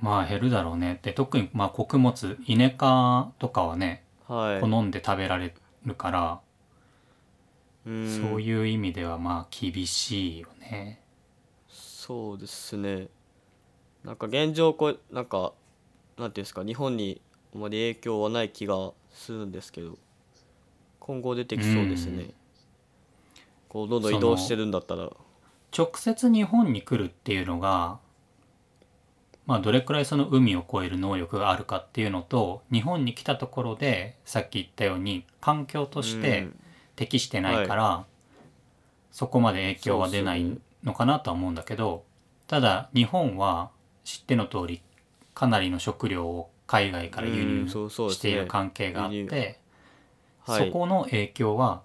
Speaker 1: まあ減るだろうねで特にまあ穀物イネ科とかはね
Speaker 2: はい
Speaker 1: 好んで食べられるから
Speaker 2: うん
Speaker 1: そういう意味ではまあ厳しいよね。
Speaker 2: そうですねなんか現状こうなんかなんていうんですか日本にあまり影響はない気がするんですけど今後出てきそうですね、
Speaker 1: うん
Speaker 2: こうどんどん
Speaker 1: その
Speaker 2: 移動してるんだったら
Speaker 1: 直接日本に来るっていうのが、まあ、どれくらいその海を越える能力があるかっていうのと日本に来たところでさっき言ったように環境として適してないから、そこまで影響は出な
Speaker 2: そうっす
Speaker 1: い
Speaker 2: よね
Speaker 1: のかなとは思うんだけどただ日本は知っての通りかなりの食料を海外から輸
Speaker 2: うん
Speaker 1: 入
Speaker 2: そうそうですね
Speaker 1: している関係があっ
Speaker 2: 輸
Speaker 1: て
Speaker 2: は
Speaker 1: そ
Speaker 2: い
Speaker 1: この影響は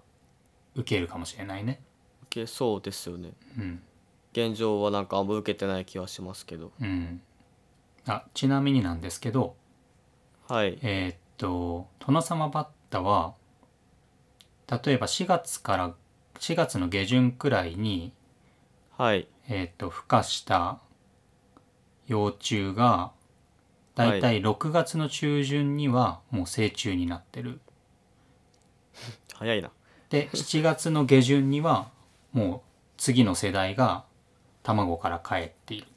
Speaker 1: 受けるかもしれないね。
Speaker 2: 受けそうですよね
Speaker 1: うん
Speaker 2: 現状はなんかあんま受けてない気はしますけど
Speaker 1: うん、あちなみになんですけど
Speaker 2: はい
Speaker 1: えーっと殿様バッタは例えば4月から4月の下旬くらいに、
Speaker 2: はい
Speaker 1: えーっと孵化した幼虫がだいたい6月の中旬にはもう成虫になってる、
Speaker 2: 早いな
Speaker 1: で7月の下旬にはもう次の世代が卵から帰っている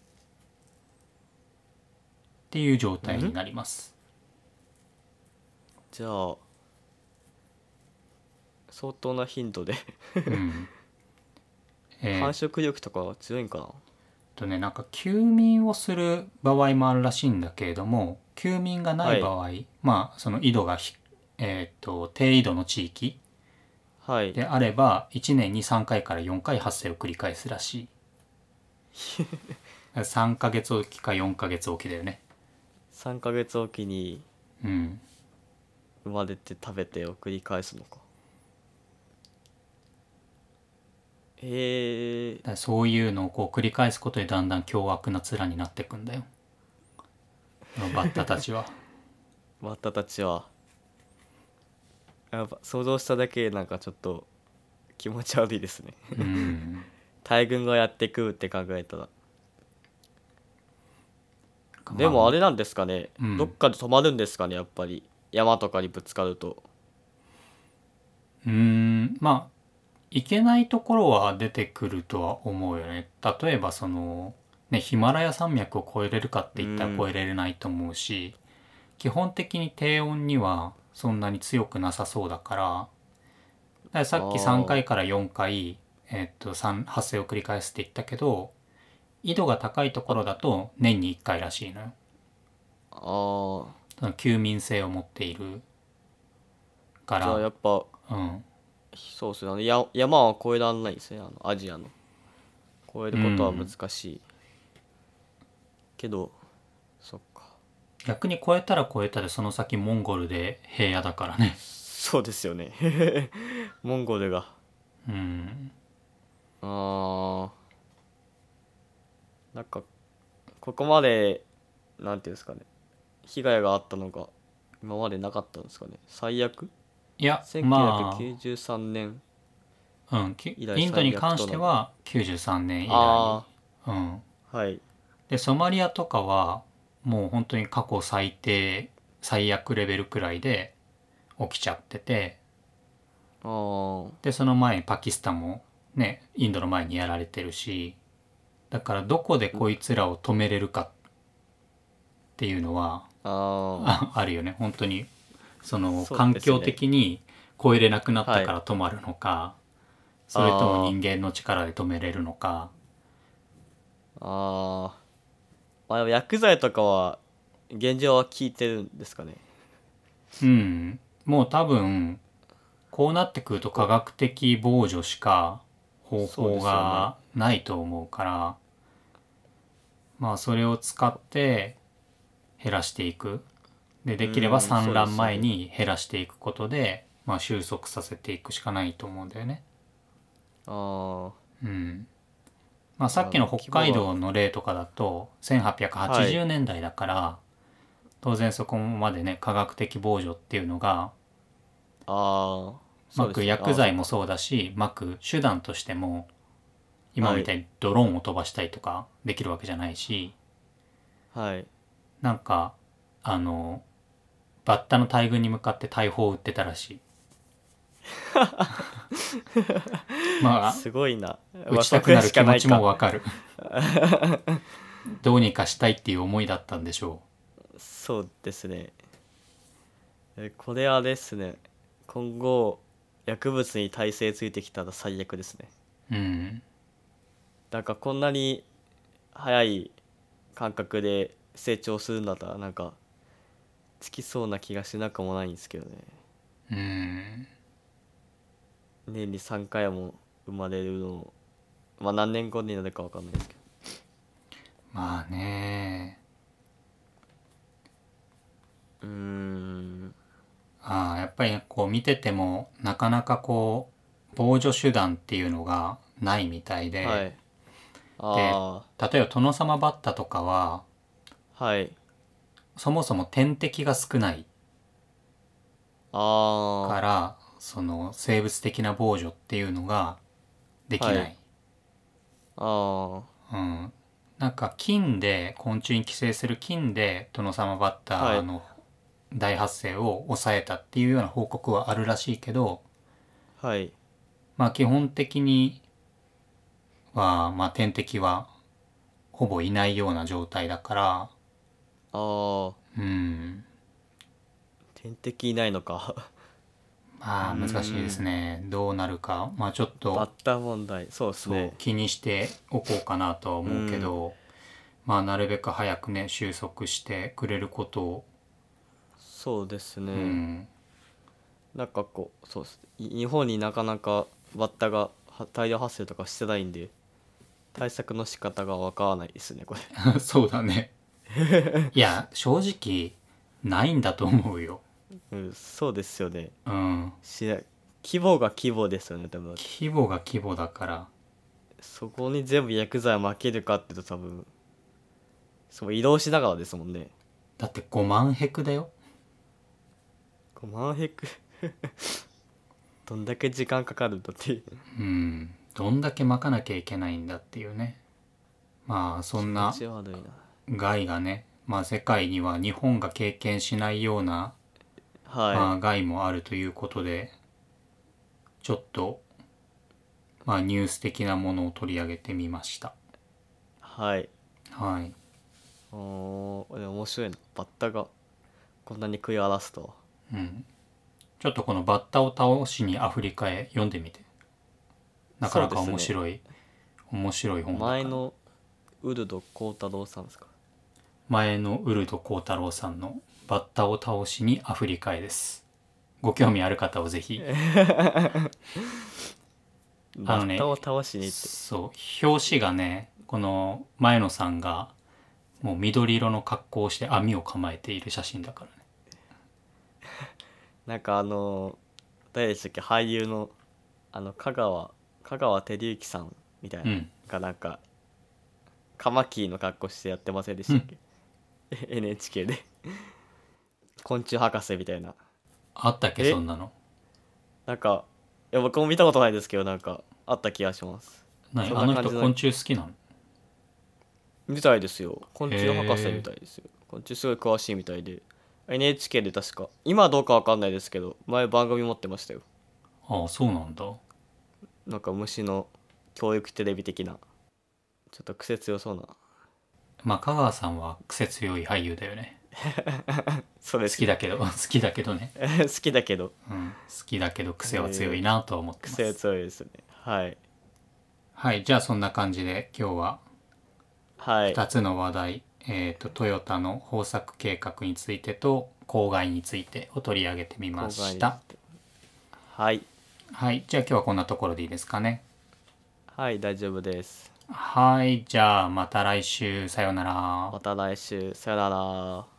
Speaker 1: っていう状態になります。
Speaker 2: じゃあ相当な頻度で
Speaker 1: うんえー
Speaker 2: 繁殖力とかは強いんかな
Speaker 1: えっとねなんか休眠をする場合もあるらしいんだけれども休眠がない場合、まあその緯度がひ、えー、と低緯度の地域
Speaker 2: はい
Speaker 1: であれば1年に3回から4回発生を繰り返すらしい
Speaker 2: (laughs)
Speaker 1: 3ヶ月おきか4ヶ月おきだよね
Speaker 2: 3ヶ月おきに
Speaker 1: うん
Speaker 2: 生まれて食べてを繰り返すのかえー
Speaker 1: だ、からそういうのをこう繰り返すことでだんだん凶悪な面になっていくんだよこのバッタた
Speaker 2: (laughs)
Speaker 1: ちは
Speaker 2: バッタたちはやっぱ想像しただけでなんかちょっと気持ち悪いですね (laughs)
Speaker 1: うん
Speaker 2: 大群がやってくって考えたらでもあれなんですかね、
Speaker 1: うん
Speaker 2: どっかで止まるんですかねやっぱり山とかにぶつかると
Speaker 1: うーんまあいけないところは出てくるとは思うよね例えばそのねヒマラヤ山脈を越えれるかって言ったら
Speaker 2: うん
Speaker 1: 越えれないと思うし、基本的に低温にはそんなに強くなさそうだからだからさっき
Speaker 2: あー
Speaker 1: 3回から4回、えっと三発生を繰り返すって言ったけど緯度が高いところだと年に1回らしいのよ。
Speaker 2: あー
Speaker 1: その休眠性を持っているか
Speaker 2: じゃあや
Speaker 1: ら、
Speaker 2: っぱ
Speaker 1: うん、
Speaker 2: そうですねあのや山は越えられないですねあのアジアの越えることは難しい、けどそっか
Speaker 1: 逆に超えたら超えたでその先モンゴルで平野だからね
Speaker 2: そうですよね (laughs) モンゴルが
Speaker 1: うん
Speaker 2: あーなんかここまでなんていうんですかね被害があったのが今までなかったんですかね最悪
Speaker 1: いやま
Speaker 2: 1993年、
Speaker 1: あ、うん、き
Speaker 2: 以来
Speaker 1: インドに関しては93年以来
Speaker 2: あ、
Speaker 1: うん、
Speaker 2: あはい
Speaker 1: でソマリアとかはもう本当に過去最低最悪レベルくらいで起きちゃってて
Speaker 2: あー
Speaker 1: でその前にパキスタンもねインドの前にやられてるしだからどこでこいつらを止めれるかっていうのは
Speaker 2: あ
Speaker 1: (laughs) ああるよね本当にその
Speaker 2: そう
Speaker 1: 環
Speaker 2: ですね
Speaker 1: 境的に超えれなくなったから止まるのか、それとも人間の力で止めれるのか
Speaker 2: ああーまあでも薬剤とかは現状は効いてるんですかね
Speaker 1: うんもう多分こうなってくると科学的防除しか方
Speaker 2: そうで
Speaker 1: 法
Speaker 2: すよ
Speaker 1: がないと思うからまあそれを使って減らしていくでできれ
Speaker 2: うん
Speaker 1: ば
Speaker 2: そう
Speaker 1: 産
Speaker 2: ですよね
Speaker 1: 卵前に減らしていくことで、まあ、収束させていくしかないと思うんだよね。
Speaker 2: あ
Speaker 1: うんまあ、さっきの北海道の例とかだと1880年代だから、当然そこまでね科学的防除っていうのが
Speaker 2: あああそう
Speaker 1: ま
Speaker 2: です
Speaker 1: く
Speaker 2: ね
Speaker 1: 薬剤もそうだしまく手段としても今みたいにドローンを飛ばしたりとかできるわけじゃないし、
Speaker 2: あはい
Speaker 1: なんかあのバッタの大群に向かって大砲を撃ってたら
Speaker 2: (laughs)
Speaker 1: しい。まあ
Speaker 2: すごいな
Speaker 1: 打ちたくなる気持ちも
Speaker 2: まあ
Speaker 1: わ
Speaker 2: (laughs)
Speaker 1: かるどうにかしたいっていう思いだったんでしょ
Speaker 2: そそうですねえこれはですね今後薬物に耐性ついてきたら最悪ですね
Speaker 1: ううん
Speaker 2: なんかこんなに早い感覚で成長するんだったらなんかつきそうな気がしなくもないんですけどね
Speaker 1: うん
Speaker 2: 年に3回も生まれるのをまあ何年後になるかわかんないですけど
Speaker 1: まあね
Speaker 2: うーん
Speaker 1: ああやっぱりこう見ててもなかなかこう防除手段っていうのがないみたいで、
Speaker 2: はいあ
Speaker 1: 例えば殿様バッタとかは
Speaker 2: あはい
Speaker 1: そもそも天敵が少ないか
Speaker 2: あ
Speaker 1: らその生物的な防除っていうのができない、
Speaker 2: はいあ
Speaker 1: う
Speaker 2: あ
Speaker 1: ん、なんか菌で昆虫に寄生する菌で殿様バッターの大発生を抑えたっていうような報告はあるらしいけど、
Speaker 2: あはい
Speaker 1: まあ、基本的には、まあ、天敵はほぼいないような状態だから、
Speaker 2: ああ
Speaker 1: うん、
Speaker 2: 天敵いないのか
Speaker 1: まあ難しいですねどうなるか、まあ、ちょっ
Speaker 2: バ
Speaker 1: と
Speaker 2: ッタ問題そうです
Speaker 1: そう
Speaker 2: ね
Speaker 1: 気にしておこうかなとは思うけど、まあ、なるべく早くね収束してくれることを、
Speaker 2: そうですね、
Speaker 1: うん、
Speaker 2: なんかこうそうっすい日本になかなかバッタがは大量発生とかしてないんで対策の仕方がわからないですねこ
Speaker 1: (laughs)
Speaker 2: れ
Speaker 1: そうだね。いや、正直、ないんだと思うよ。
Speaker 2: うんそうですよね
Speaker 1: うん。
Speaker 2: しない規模が規模ですよね多分
Speaker 1: 規模が規模だから。
Speaker 2: そこに全部薬剤を負けるかっていうと多分そう移動しながらですもんね
Speaker 1: だって5万ヘクだよ。
Speaker 2: 5万ヘク (laughs) どんだけ時間かかるんだっていう
Speaker 1: うん。どんだけ巻かなきゃいけないんだっていうね。まあ、そんな
Speaker 2: 気持ち悪いな
Speaker 1: 害がね、まあ世界には日本が経験しないような、ま
Speaker 2: は
Speaker 1: あ、害もあるということで、ちょっと、まあニュース的なものを取り上げてみました。
Speaker 2: いはい
Speaker 1: はい。
Speaker 2: おーでも面白いなバッタがこんなに食い荒らすとは
Speaker 1: うん、ちょっとこの「バッタを倒しにアフリカへ」読んでみてなかなか
Speaker 2: そうですね
Speaker 1: 面白い、面白い本だから
Speaker 2: 前のウルド幸太郎さんですか
Speaker 1: 前のウルド幸太郎さんの「バッタを倒しにアフリカへ」ですご興味ある方はぜひあ
Speaker 2: バ
Speaker 1: のね
Speaker 2: ッタを倒しに行って
Speaker 1: そう表紙がねこの前野さんがもう緑色の格好をして網を構えている写真だからね
Speaker 2: なんかあの誰でしたっけ俳優のあの香川香川照之さんみたいな、
Speaker 1: うん
Speaker 2: がなんかカマキリの格好してやってませんでしたっけ、NHK (laughs) で昆虫博士みたいな
Speaker 1: あったっけ
Speaker 2: え
Speaker 1: そんなの
Speaker 2: なんかいや僕も見たことないですけどなんかあった気がします
Speaker 1: 何
Speaker 2: そん
Speaker 1: あ
Speaker 2: な感じ
Speaker 1: の人
Speaker 2: だ
Speaker 1: 昆虫好きなの
Speaker 2: みたいですよ昆虫博士
Speaker 1: へえ
Speaker 2: みたいですよ昆虫すごい詳しいみたいで NHK で確か今はどうかわかんないですけど前番組持ってましたよ
Speaker 1: ああそうなんだ
Speaker 2: なんか虫の教育テレビ的なちょっと癖強そうな
Speaker 1: まあ香川さんは癖強い俳優だよね
Speaker 2: そうで
Speaker 1: 好
Speaker 2: す
Speaker 1: きだけど (laughs) 好きだけどね、
Speaker 2: (laughs) 好きだけど
Speaker 1: うん、好きだけど癖は強いなとは思ってます、
Speaker 2: 癖強いですねはい
Speaker 1: はいじゃあそんな感じで今日は
Speaker 2: はい
Speaker 1: 2つの話題、えー、とトヨタの豊作計画についてと公害についてを取り上げてみまし
Speaker 2: 公害
Speaker 1: た
Speaker 2: にはい
Speaker 1: はいじゃあ今日はこんなところでいいですかね
Speaker 2: はい大丈夫です
Speaker 1: はいじゃあまた来週さようなら
Speaker 2: また来週さよなら